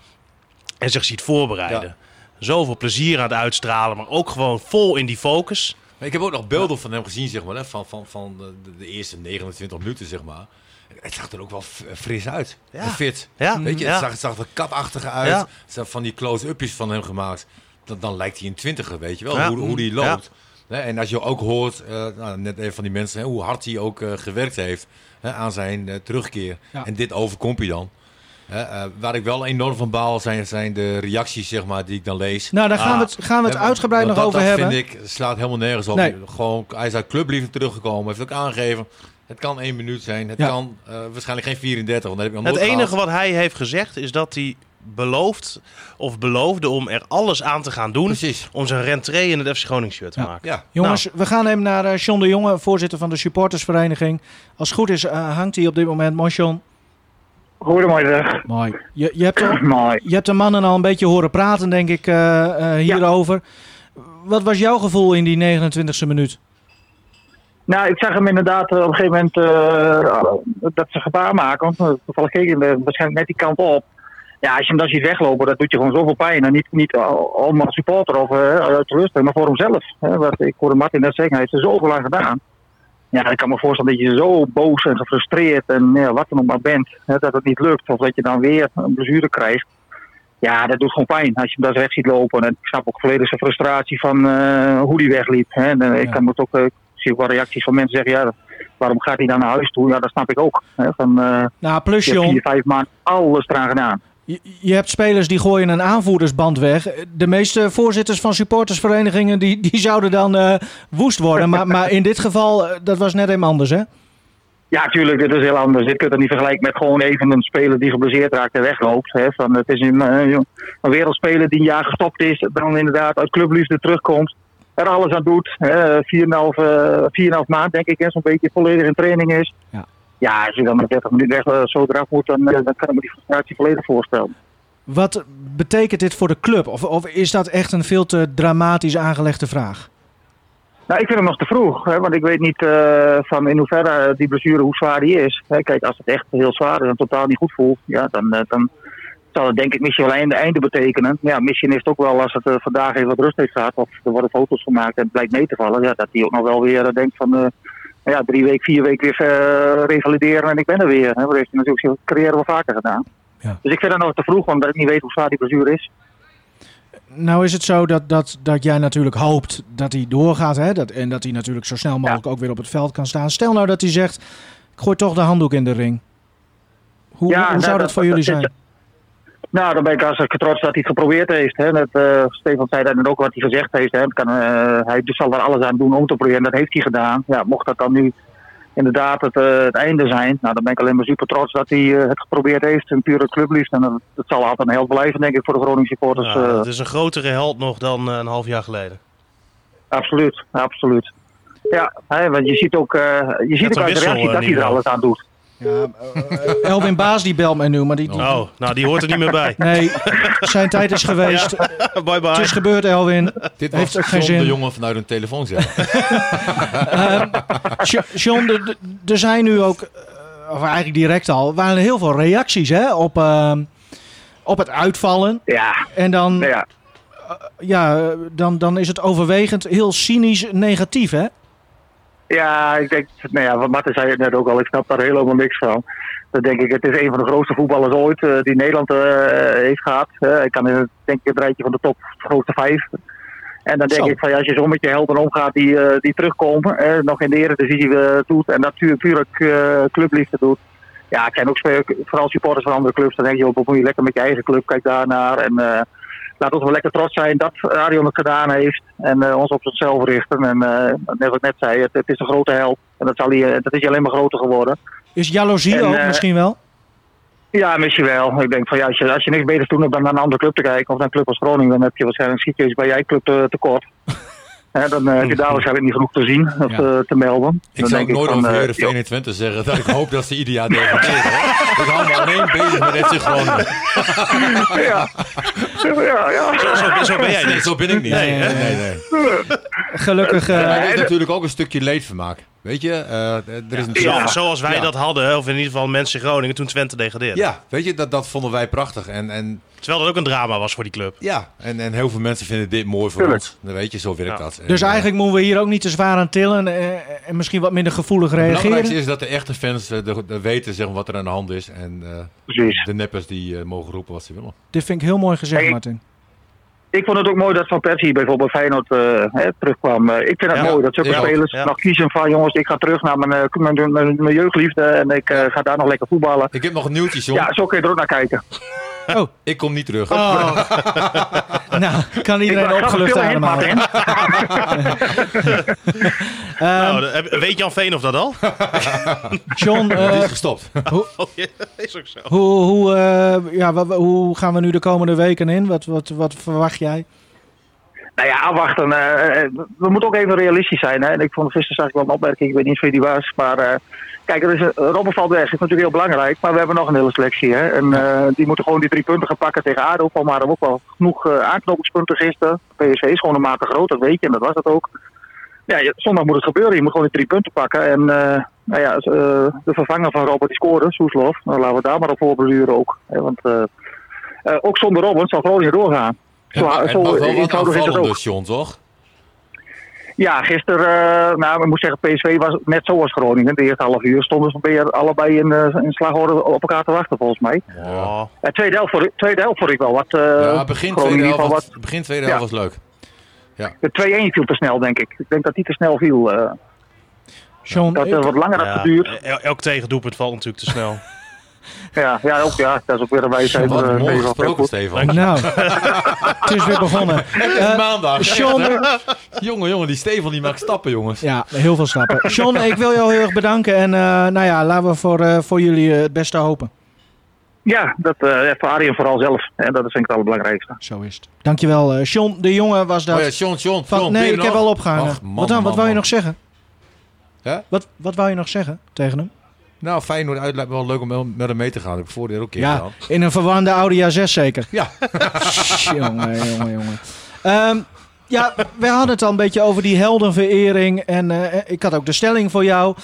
[SPEAKER 3] en zich ziet voorbereiden.
[SPEAKER 4] Ja.
[SPEAKER 3] Zoveel plezier aan het uitstralen, maar ook gewoon vol in die focus.
[SPEAKER 4] Maar ik heb ook nog beelden van hem gezien, zeg maar, hè, van, van, van de, de eerste 29 minuten, zeg maar. Het zag er ook wel f- eh, fris uit.
[SPEAKER 3] Ja.
[SPEAKER 4] En fit.
[SPEAKER 3] Ja,
[SPEAKER 4] Weet je,
[SPEAKER 3] ja.
[SPEAKER 4] het, zag, het zag er katachtig uit.
[SPEAKER 3] Ja.
[SPEAKER 4] Er zijn van die close-upjes van hem gemaakt. Dan, dan lijkt hij een twintiger, weet je wel,
[SPEAKER 3] Ja.
[SPEAKER 4] hoe, hoe die loopt. Hè, en als je ook hoort, eh, nou, net even van die mensen, hè, hoe hard hij ook eh, gewerkt heeft hè, aan zijn eh, terugkeer.
[SPEAKER 2] Ja.
[SPEAKER 4] En dit overkomt hij dan. Hè, eh, waar ik wel enorm van baal zijn, zijn de reacties, zeg maar, die ik dan lees.
[SPEAKER 2] Nou, daar gaan we
[SPEAKER 3] Ah.
[SPEAKER 2] het, gaan we het
[SPEAKER 4] Ja,
[SPEAKER 2] uitgebreid nog
[SPEAKER 4] want dat,
[SPEAKER 2] over
[SPEAKER 4] dat
[SPEAKER 2] hebben.
[SPEAKER 4] vind ik, slaat helemaal nergens op.
[SPEAKER 2] Nee.
[SPEAKER 4] Gewoon, hij is uit clubliefde teruggekomen. Heeft ook aangegeven, het kan één minuut zijn. Het
[SPEAKER 2] Ja.
[SPEAKER 4] kan eh, waarschijnlijk geen 34, want dat heb ik nog
[SPEAKER 3] Het
[SPEAKER 4] nooit
[SPEAKER 3] enige
[SPEAKER 4] gehad.
[SPEAKER 3] wat hij heeft gezegd is dat hij belooft of beloofde om er alles aan te gaan doen
[SPEAKER 4] Precies.
[SPEAKER 3] om zijn rentree in het FC Groningen shirt te
[SPEAKER 2] Ja.
[SPEAKER 3] maken.
[SPEAKER 4] Ja,
[SPEAKER 2] Jongens, we gaan hem naar eh John de Jonge, voorzitter van de supportersvereniging. Als het goed is, eh, hangt hij op dit moment. Mooi, John.
[SPEAKER 5] Goedemiddag.
[SPEAKER 2] Mooi. Je, je, hebt, al-
[SPEAKER 5] Mooi.
[SPEAKER 2] je hebt de mannen al een beetje horen praten, denk ik, eh, eh, hierover. Wat was jouw gevoel in die 29e minuut?
[SPEAKER 5] Nou, ik zag hem inderdaad eh, op een gegeven moment eh, dat ze gebaar maken. Want eh, toevallig keek hij er waarschijnlijk net die kant op. Ja, als je hem dan ziet weglopen, dat doet je gewoon zoveel pijn. En niet, niet om als supporter of eh, uit de rust, maar voor hemzelf. Hè. Wat, ik hoorde Martin net zeggen, hij heeft er zoveel aan gedaan. Ja, ik kan me voorstellen dat je zo boos en gefrustreerd en ja, wat dan ook maar bent, hè, dat het niet lukt. Of dat je dan weer een blessure krijgt. Ja, dat doet gewoon pijn als je hem daar eens weg ziet lopen. En ik snap ook volledig zijn frustratie van eh, hoe die wegliep. Hè. En, eh,
[SPEAKER 2] Ja.
[SPEAKER 5] Ik kan me het ook eh, ik zie ook wel reacties van mensen zeggen, ja, waarom gaat hij dan naar huis toe? Ja, dat snap ik ook. Hè? Van, eh
[SPEAKER 2] Nou, plus
[SPEAKER 5] je hebt vier,
[SPEAKER 2] John,
[SPEAKER 5] vijf maanden alles eraan gedaan.
[SPEAKER 2] je, je hebt spelers die gooien een aanvoerdersband weg. De meeste voorzitters van supportersverenigingen die, die zouden dan eh, woest worden. Maar, maar in dit geval, eh, dat was net even anders, hè?
[SPEAKER 5] Ja, tuurlijk, dit is heel anders. Dit kun je niet vergelijken met gewoon even een speler die geblesseerd raakt en wegloopt. Hè? Van, het is een, eh, jong- een wereldspeler die een jaar gestopt is, dan inderdaad uit clubliefde terugkomt. Er alles aan doet. hè, 4,5 eh, 4,5 maand, denk ik, hè, zo'n beetje volledig in training is.
[SPEAKER 2] Ja.
[SPEAKER 5] Ja, als je dan met 30 minuten weg eh, zo eraf moet, dan, eh, dan kan ik me die frustratie volledig voorstellen.
[SPEAKER 2] Wat betekent dit voor de club? Of, of is dat echt een veel te dramatisch aangelegde vraag?
[SPEAKER 5] Nou, ik vind hem nog te vroeg, hè, want ik weet niet eh, van in hoeverre eh, die blessure, hoe zwaar die is. Hè, kijk, als het echt heel zwaar is en totaal niet goed voelt, ja, dan, eh, dan zal het denk ik misschien wel einde, einde betekenen. Ja, misschien is het ook wel als het eh, vandaag even wat rust heeft gehad, of er worden foto's gemaakt en het blijkt mee te vallen, ja, dat hij ook nog wel weer eh, denkt van eh, nou ja, drie weken, vier weken weer eh, revalideren en ik ben er weer. Hè, want dat heeft hij natuurlijk zijn carrière wel vaker gedaan.
[SPEAKER 2] Ja.
[SPEAKER 5] Dus ik vind het nog te vroeg, omdat ik niet weet hoe zwaar die blessure is.
[SPEAKER 2] Nou is het zo dat, dat, dat jij natuurlijk hoopt dat hij doorgaat. Hè? Dat, en dat hij natuurlijk zo snel mogelijk ook weer op het veld kan staan. Stel nou dat hij zegt, ik gooi toch de handdoek in de ring. Hoe,
[SPEAKER 5] Ja,
[SPEAKER 2] hoe
[SPEAKER 5] nou,
[SPEAKER 2] zou dat,
[SPEAKER 5] dat-
[SPEAKER 2] voor
[SPEAKER 5] dat-
[SPEAKER 2] jullie
[SPEAKER 5] dat-
[SPEAKER 2] zijn?
[SPEAKER 5] Nou, dan ben ik hartstikke trots dat hij het geprobeerd heeft. Hè. Net, eh, Stefan zei dat net ook wat hij gezegd heeft. Hè. Het Kan, eh, hij dus zal er alles aan doen om te proberen. Dat heeft hij gedaan. Ja, mocht dat dan nu inderdaad het, eh, het einde zijn, nou, dan ben ik alleen maar super trots dat hij eh, het geprobeerd heeft. Een pure clubliefde. En dat, dat zal altijd een held blijven, denk ik, voor de Groningen supporters.
[SPEAKER 3] Nou,
[SPEAKER 5] eh,
[SPEAKER 3] het is een grotere held nog dan eh, een half jaar geleden.
[SPEAKER 5] absoluut, absoluut. Ja, hè, want je ziet ook, eh, je ziet
[SPEAKER 3] een
[SPEAKER 5] ook uit de
[SPEAKER 3] wissel,
[SPEAKER 5] reactie
[SPEAKER 3] eh,
[SPEAKER 5] dat hij er
[SPEAKER 3] Nico.
[SPEAKER 5] alles aan doet.
[SPEAKER 2] eh, Elwin Baas die belt mij nu, maar die... die-
[SPEAKER 3] Oh, nou die hoort er niet meer bij.
[SPEAKER 2] Nee, zijn tijd is geweest.
[SPEAKER 3] bye
[SPEAKER 2] Het
[SPEAKER 3] bye.
[SPEAKER 2] is gebeurd, Elwin.
[SPEAKER 4] Dit
[SPEAKER 2] Heeft
[SPEAKER 4] heeft
[SPEAKER 2] ook
[SPEAKER 4] ook
[SPEAKER 2] geen
[SPEAKER 4] de
[SPEAKER 2] zin.
[SPEAKER 4] jongen vanuit een telefoon zeggen.
[SPEAKER 2] Jo- John, er- er- er zijn nu ook, eh, of eigenlijk direct al, waren er heel veel reacties hè, op, eh, op het uitvallen.
[SPEAKER 5] Ja,
[SPEAKER 2] En dan,
[SPEAKER 5] nou ja.
[SPEAKER 2] ja, dan, dan is het overwegend heel cynisch negatief, hè?
[SPEAKER 5] Ja, ik denk, nou ja, wat Martin zei het net ook al, ik snap daar helemaal niks van. Dan denk ik, het is een van de grootste voetballers ooit eh, die Nederland eh, heeft gehad. Eh, ik kan in het- denk ik het rijtje van de top de grootste vijf. En dan denk
[SPEAKER 2] Zo.
[SPEAKER 5] ik van ja, als je zo met je helden omgaat die, eh, die terugkomen, eh, nog in de eredivisie eh, doet en dat puur, puur eh, clubliefde doet. Ja, ik ken ook spe- vooral supporters van andere clubs. Dan denk je, joh, bemoei je lekker met je eigen club, kijk daarnaar. En eh, laat ons wel lekker trots zijn dat Arion het gedaan heeft. En eh, ons op zichzelf richten. En eh, net wat ik net zei, het, het is een grote held. En dat, zal hij, eh, dat is hij alleen maar groter geworden.
[SPEAKER 2] Is jaloezie
[SPEAKER 5] En,
[SPEAKER 2] ook
[SPEAKER 5] eh,
[SPEAKER 2] misschien wel?
[SPEAKER 5] Ja, misschien wel. Ik denk van ja, als je, als je niks beters te doen hebt dan naar een andere club te kijken, of naar een club als Groningen, dan heb je waarschijnlijk schiet je eens bij jij club te, tekort. Hè, dan eh, heb je daar waarschijnlijk niet genoeg te zien of
[SPEAKER 4] Ja.
[SPEAKER 5] eh, te, te melden.
[SPEAKER 4] Ik zou ook nooit
[SPEAKER 5] van,
[SPEAKER 4] over
[SPEAKER 5] eh,
[SPEAKER 4] Heerenveen en Twente zeggen dat ik hoop dat ze ieder jaar degraderen. hoor. Ik hou me alleen bezig met FC Groningen.
[SPEAKER 5] Ja, ja, ja. ja.
[SPEAKER 3] Zo, zo ben jij
[SPEAKER 4] Nee,
[SPEAKER 3] niet.
[SPEAKER 4] zo ben ik niet.
[SPEAKER 3] Nee,
[SPEAKER 4] Nee, nee,
[SPEAKER 2] hè?
[SPEAKER 4] nee.
[SPEAKER 2] Gelukkig. eh,
[SPEAKER 4] Maar er is natuurlijk ook een stukje leedvermaak. Weet je, eh, er is een
[SPEAKER 3] Zo-
[SPEAKER 5] Ja.
[SPEAKER 3] Zoals wij
[SPEAKER 4] Ja.
[SPEAKER 3] dat hadden, of in ieder geval mensen in Groningen toen Twente degradeerde.
[SPEAKER 4] Ja, weet je, dat, dat vonden wij prachtig. En, en,
[SPEAKER 3] Terwijl dat ook een drama was voor die club.
[SPEAKER 4] ja, en, en heel veel mensen vinden dit mooi voor
[SPEAKER 5] Tuurlijk.
[SPEAKER 4] ons. Dan weet je, zo werkt
[SPEAKER 3] Ja.
[SPEAKER 4] dat. En,
[SPEAKER 2] dus
[SPEAKER 4] eh,
[SPEAKER 2] eigenlijk moeten we hier ook niet te zwaar aan tillen eh, en misschien wat minder gevoelig
[SPEAKER 4] Het
[SPEAKER 2] reageren.
[SPEAKER 4] belangrijkste is dat de echte fans eh, de, de weten zeg maar, wat er aan de hand is. En eh,
[SPEAKER 5] Precies.
[SPEAKER 4] de neppers die eh, mogen roepen wat ze willen.
[SPEAKER 2] Dit vind ik heel mooi gezegd,
[SPEAKER 5] Hey, ik-
[SPEAKER 2] Martin.
[SPEAKER 5] Ik vond het ook mooi dat Van Persie bijvoorbeeld Feyenoord eh, hè, terugkwam. Eh, ik vind het
[SPEAKER 4] Ja,
[SPEAKER 5] mooi dat zulke
[SPEAKER 4] ja,
[SPEAKER 5] spelers
[SPEAKER 3] ja.
[SPEAKER 5] nog kiezen van jongens, ik ga terug naar mijn, eh, mijn, mijn, mijn jeugdliefde en ik eh, ga daar nog lekker voetballen.
[SPEAKER 4] Ik heb nog een nieuwtje, John.
[SPEAKER 5] Ja, zo kun je er ook naar kijken.
[SPEAKER 2] Oh,
[SPEAKER 4] Ik kom niet terug.
[SPEAKER 2] oh. nou, kan
[SPEAKER 5] Ik
[SPEAKER 2] iedereen
[SPEAKER 5] ga- ik ga
[SPEAKER 2] opgelucht
[SPEAKER 5] veel hint,
[SPEAKER 2] ademhalen.
[SPEAKER 5] Martin.
[SPEAKER 2] Ehm,
[SPEAKER 3] Nou, heb- weet Jan Veen of dat al?
[SPEAKER 2] John,
[SPEAKER 4] Die
[SPEAKER 2] eh,
[SPEAKER 4] is gestopt.
[SPEAKER 3] Oh, ja, is ook zo.
[SPEAKER 2] hoe, hoe, eh, ja, wa- wa- hoe gaan we nu de komende weken in? Wat, wat, wat verwacht jij?
[SPEAKER 5] Nou ja, afwachten. eh, eh, we moeten ook even realistisch zijn. Hè? En ik vond gisteren zag ik wel een opmerking, ik weet niet wie die was. Maar eh, kijk, er is, een- Robben valt weg, is natuurlijk heel belangrijk. Maar we hebben nog een hele selectie. Hè? En eh, die moeten gewoon die drie punten gaan pakken tegen ADO. Van maar ook wel genoeg eh, aanknopingspunten gisteren. PSV is gewoon een maat te groot, dat weet je. En dat was het ook. Ja, je- zondag moet het gebeuren. Je moet gewoon die drie punten pakken. En eh, nou ja, eh, de vervanger van Robert die scoorde, Soeslof. Nou, laten we daar maar op voorbeduren ook. Hè? Want eh, eh, ook zonder Robben zal Groningen doorgaan. Zo,
[SPEAKER 4] Ja, het
[SPEAKER 5] zo
[SPEAKER 4] mag wel wat
[SPEAKER 5] eenvoudig is het
[SPEAKER 4] aanvallen
[SPEAKER 5] ook.
[SPEAKER 4] dus, John, toch?
[SPEAKER 5] Ja, gisteren, eh, nou, ik moet zeggen, PSV was net zoals Groningen. De eerste half uur stonden ze weer allebei in, eh, in slagorde op elkaar te wachten, volgens mij.
[SPEAKER 4] Ja.
[SPEAKER 3] Oh,
[SPEAKER 5] Eh, tweede, helft vond ik, tweede helft vond ik wel wat. eh,
[SPEAKER 4] Ja, begin
[SPEAKER 5] Groningen
[SPEAKER 4] tweede
[SPEAKER 5] in ieder
[SPEAKER 4] helft
[SPEAKER 5] geval
[SPEAKER 4] was- begin tweede helft was leuk.
[SPEAKER 5] wat- De 2-1 viel te snel, denk ik. Ik denk dat die te snel viel. eh.
[SPEAKER 2] John,
[SPEAKER 5] dat
[SPEAKER 2] ik-
[SPEAKER 5] het wat langer had
[SPEAKER 3] ja.
[SPEAKER 4] eh.
[SPEAKER 5] geduurd.
[SPEAKER 3] El- Elk tegendoelpunt valt natuurlijk te snel.
[SPEAKER 5] Ja, ja, ook, ja, dat is ook weer een wijsheid.
[SPEAKER 4] Wat
[SPEAKER 5] eh,
[SPEAKER 4] mooi
[SPEAKER 5] heel
[SPEAKER 4] gesproken,
[SPEAKER 5] goed.
[SPEAKER 4] Stefan.
[SPEAKER 2] nou, het is weer begonnen.
[SPEAKER 4] Het is
[SPEAKER 2] Eh,
[SPEAKER 4] maandag.
[SPEAKER 2] John, eh,
[SPEAKER 4] Jongen, jongen, die Stefan die maakt stappen, jongens.
[SPEAKER 2] Ja, heel veel stappen. John, ik wil jou heel erg bedanken. En eh, nou ja, laten we voor, eh, voor jullie eh, het beste hopen.
[SPEAKER 5] Ja, dat eh ervaar je vooral zelf. En dat is denk ik het allerbelangrijkste.
[SPEAKER 2] Zo is het. Dankjewel, eh John. De jongen was dat.
[SPEAKER 4] Oh ja, John, John,
[SPEAKER 2] van,
[SPEAKER 4] John, ben
[SPEAKER 2] nee,
[SPEAKER 4] je
[SPEAKER 2] ik
[SPEAKER 4] nog?
[SPEAKER 2] heb al opgehangen.
[SPEAKER 4] Ach, man,
[SPEAKER 2] wat dan?
[SPEAKER 4] man,
[SPEAKER 2] wat wou je
[SPEAKER 4] man.
[SPEAKER 2] nog zeggen?
[SPEAKER 4] Hè?
[SPEAKER 2] Wat, wat wou je nog zeggen tegen hem?
[SPEAKER 4] Nou, Feyenoord uit lijkt me wel leuk om met hem mee te gaan. Dat heb ik voordeel ook een keer
[SPEAKER 2] Ja,
[SPEAKER 4] gedaan.
[SPEAKER 2] in een verwarde Audi A6 zeker.
[SPEAKER 4] Ja.
[SPEAKER 2] jongen, jongen, jongen. Ehm, ja, we hadden het al een beetje over die heldenverering. En eh, ik had ook de stelling voor jou.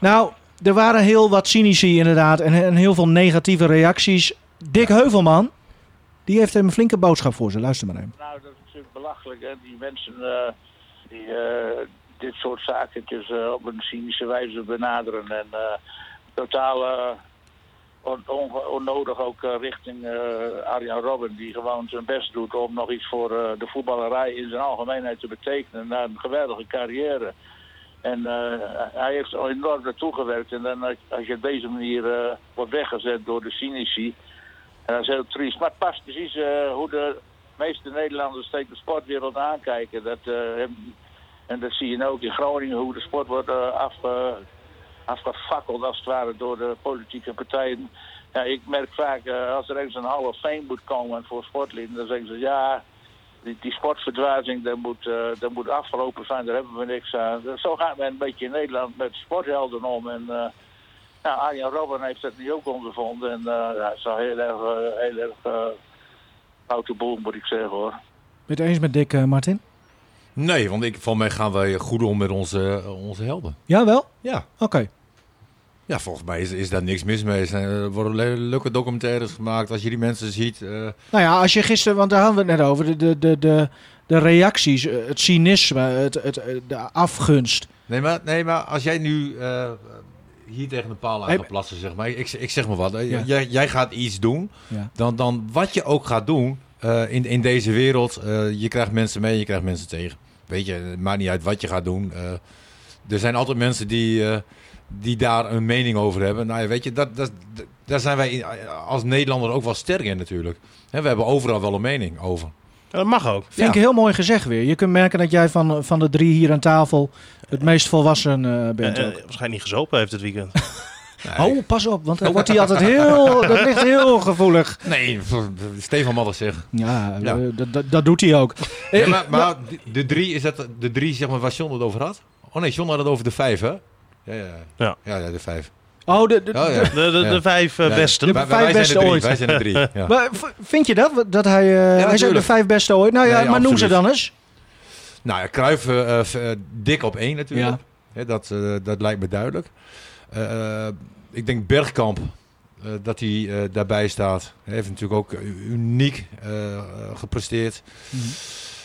[SPEAKER 2] Nou, er waren heel wat cynici inderdaad. En, en heel veel negatieve reacties. Dick Heuvelman, die heeft een flinke boodschap voor ze. Luister maar even.
[SPEAKER 6] Nou, dat is natuurlijk belachelijk. Hè? Die mensen eh, die eh, dit soort zakentjes eh, op een cynische wijze benaderen. En eh, totaal eh, on- onge- onnodig ook eh, richting eh Arjan Robben. Die gewoon zijn best doet om nog iets voor eh, de voetballerij in zijn algemeenheid te betekenen. Na een geweldige carrière. En eh, hij heeft er enorm naartoe gewerkt. En dan als- als je op deze manier eh, wordt weggezet door de cynici. En dat is heel triest. Maar het past precies eh, hoe de meeste Nederlanders tegen de sportwereld aankijken. Dat, eh, en dat zie je nou ook in Groningen, hoe de sport wordt eh, af, eh, afgefakkeld als het ware door de politieke partijen. Ja, ik merk vaak, eh, als er ergens een half fame moet komen voor sportleden, dan zeggen ze ja, die, die sportverdwazing, dat moet, eh, dat moet afgelopen zijn, daar hebben we niks aan. Zo gaat men een beetje in Nederland met sporthelden om. En, eh, nou, Arjen Robben heeft dat nu ook ondervonden. En eh, ja, het is wel heel erg, eh, heel erg eh, foute boel, moet ik zeggen hoor.
[SPEAKER 2] Ben je het eens met Dick, eh, Martin?
[SPEAKER 4] Nee, want ik, van mij gaan wij goed om met onze, eh, onze helden.
[SPEAKER 2] Jawel?
[SPEAKER 4] Ja.
[SPEAKER 2] Oké.
[SPEAKER 4] Ja, volgens mij is, is daar niks mis mee. Er zijn- Er worden le- leuke documentaires gemaakt. Als je die mensen ziet. eh,
[SPEAKER 2] Nou ja, als je gisteren, want daar hadden we het net over, de, de, de, de, de reacties, eh, het cynisme, het, het, eh, de afgunst.
[SPEAKER 4] Nee, maar, nee, maar als jij nu eh, hier tegen een paal aan
[SPEAKER 2] Hey,
[SPEAKER 4] gaat plassen, zeg maar. Ik, ik zeg maar wat. eh,
[SPEAKER 2] Ja.
[SPEAKER 4] Jij, jij gaat iets doen.
[SPEAKER 2] Ja.
[SPEAKER 4] Dan, dan wat je ook gaat doen eh, in, in deze wereld. eh, je krijgt mensen mee, je krijgt mensen tegen. Weet je, het maakt niet uit wat je gaat doen. eh, er zijn altijd mensen die, eh, die daar een mening over hebben. Nou ja, weet je, dat, dat, dat- daar zijn wij in- als Nederlander ook wel sterk in natuurlijk. Hè, we hebben overal wel een mening over.
[SPEAKER 3] dat mag ook.
[SPEAKER 2] Vind ik
[SPEAKER 4] Ja.
[SPEAKER 2] heel mooi gezegd weer. Je kunt merken dat jij van, van de drie hier aan tafel het meest volwassen eh, bent.
[SPEAKER 3] Eh, eh,
[SPEAKER 2] ook.
[SPEAKER 3] waarschijnlijk niet gezopen heeft dit weekend.
[SPEAKER 4] nee.
[SPEAKER 2] Oh, pas op, want dan wordt hij altijd heel. Dat ligt heel gevoelig.
[SPEAKER 4] Nee, Stefan mag dat zeggen.
[SPEAKER 2] Ja,
[SPEAKER 4] Ja.
[SPEAKER 2] eh, dat- dat- dat doet hij ook.
[SPEAKER 4] Ja, maar maar de- de drie, is dat de drie zeg maar, waar John het over had? Oh nee, John had het over de vijf, hè? Ja, ja.
[SPEAKER 3] Ja.
[SPEAKER 4] ja de vijf.
[SPEAKER 2] Oh, de, de-
[SPEAKER 4] Oh, ja.
[SPEAKER 3] De, de,
[SPEAKER 4] Ja.
[SPEAKER 3] de vijf eh,
[SPEAKER 4] Ja,
[SPEAKER 3] beste.
[SPEAKER 4] wij-
[SPEAKER 2] vijf
[SPEAKER 4] wij zijn
[SPEAKER 2] beste
[SPEAKER 4] de drie,
[SPEAKER 2] ooit.
[SPEAKER 4] Wij zijn de drie. Ja.
[SPEAKER 2] Maar v- vind je dat? Dat hij, eh, hij zijn de
[SPEAKER 4] natuurlijk.
[SPEAKER 2] vijf beste ooit. Nou ja,
[SPEAKER 4] Nee,
[SPEAKER 2] maar noem ze
[SPEAKER 4] absoluut.
[SPEAKER 2] dan eens.
[SPEAKER 4] Nou ja, Cruijff eh, eh, v- eh, dik op één natuurlijk.
[SPEAKER 2] Ja.
[SPEAKER 4] Hè, dat, eh, dat lijkt me duidelijk. Eh, eh, ik denk Bergkamp, eh, dat hij eh, daarbij staat. Hij heeft natuurlijk ook eh, uniek eh, gepresteerd.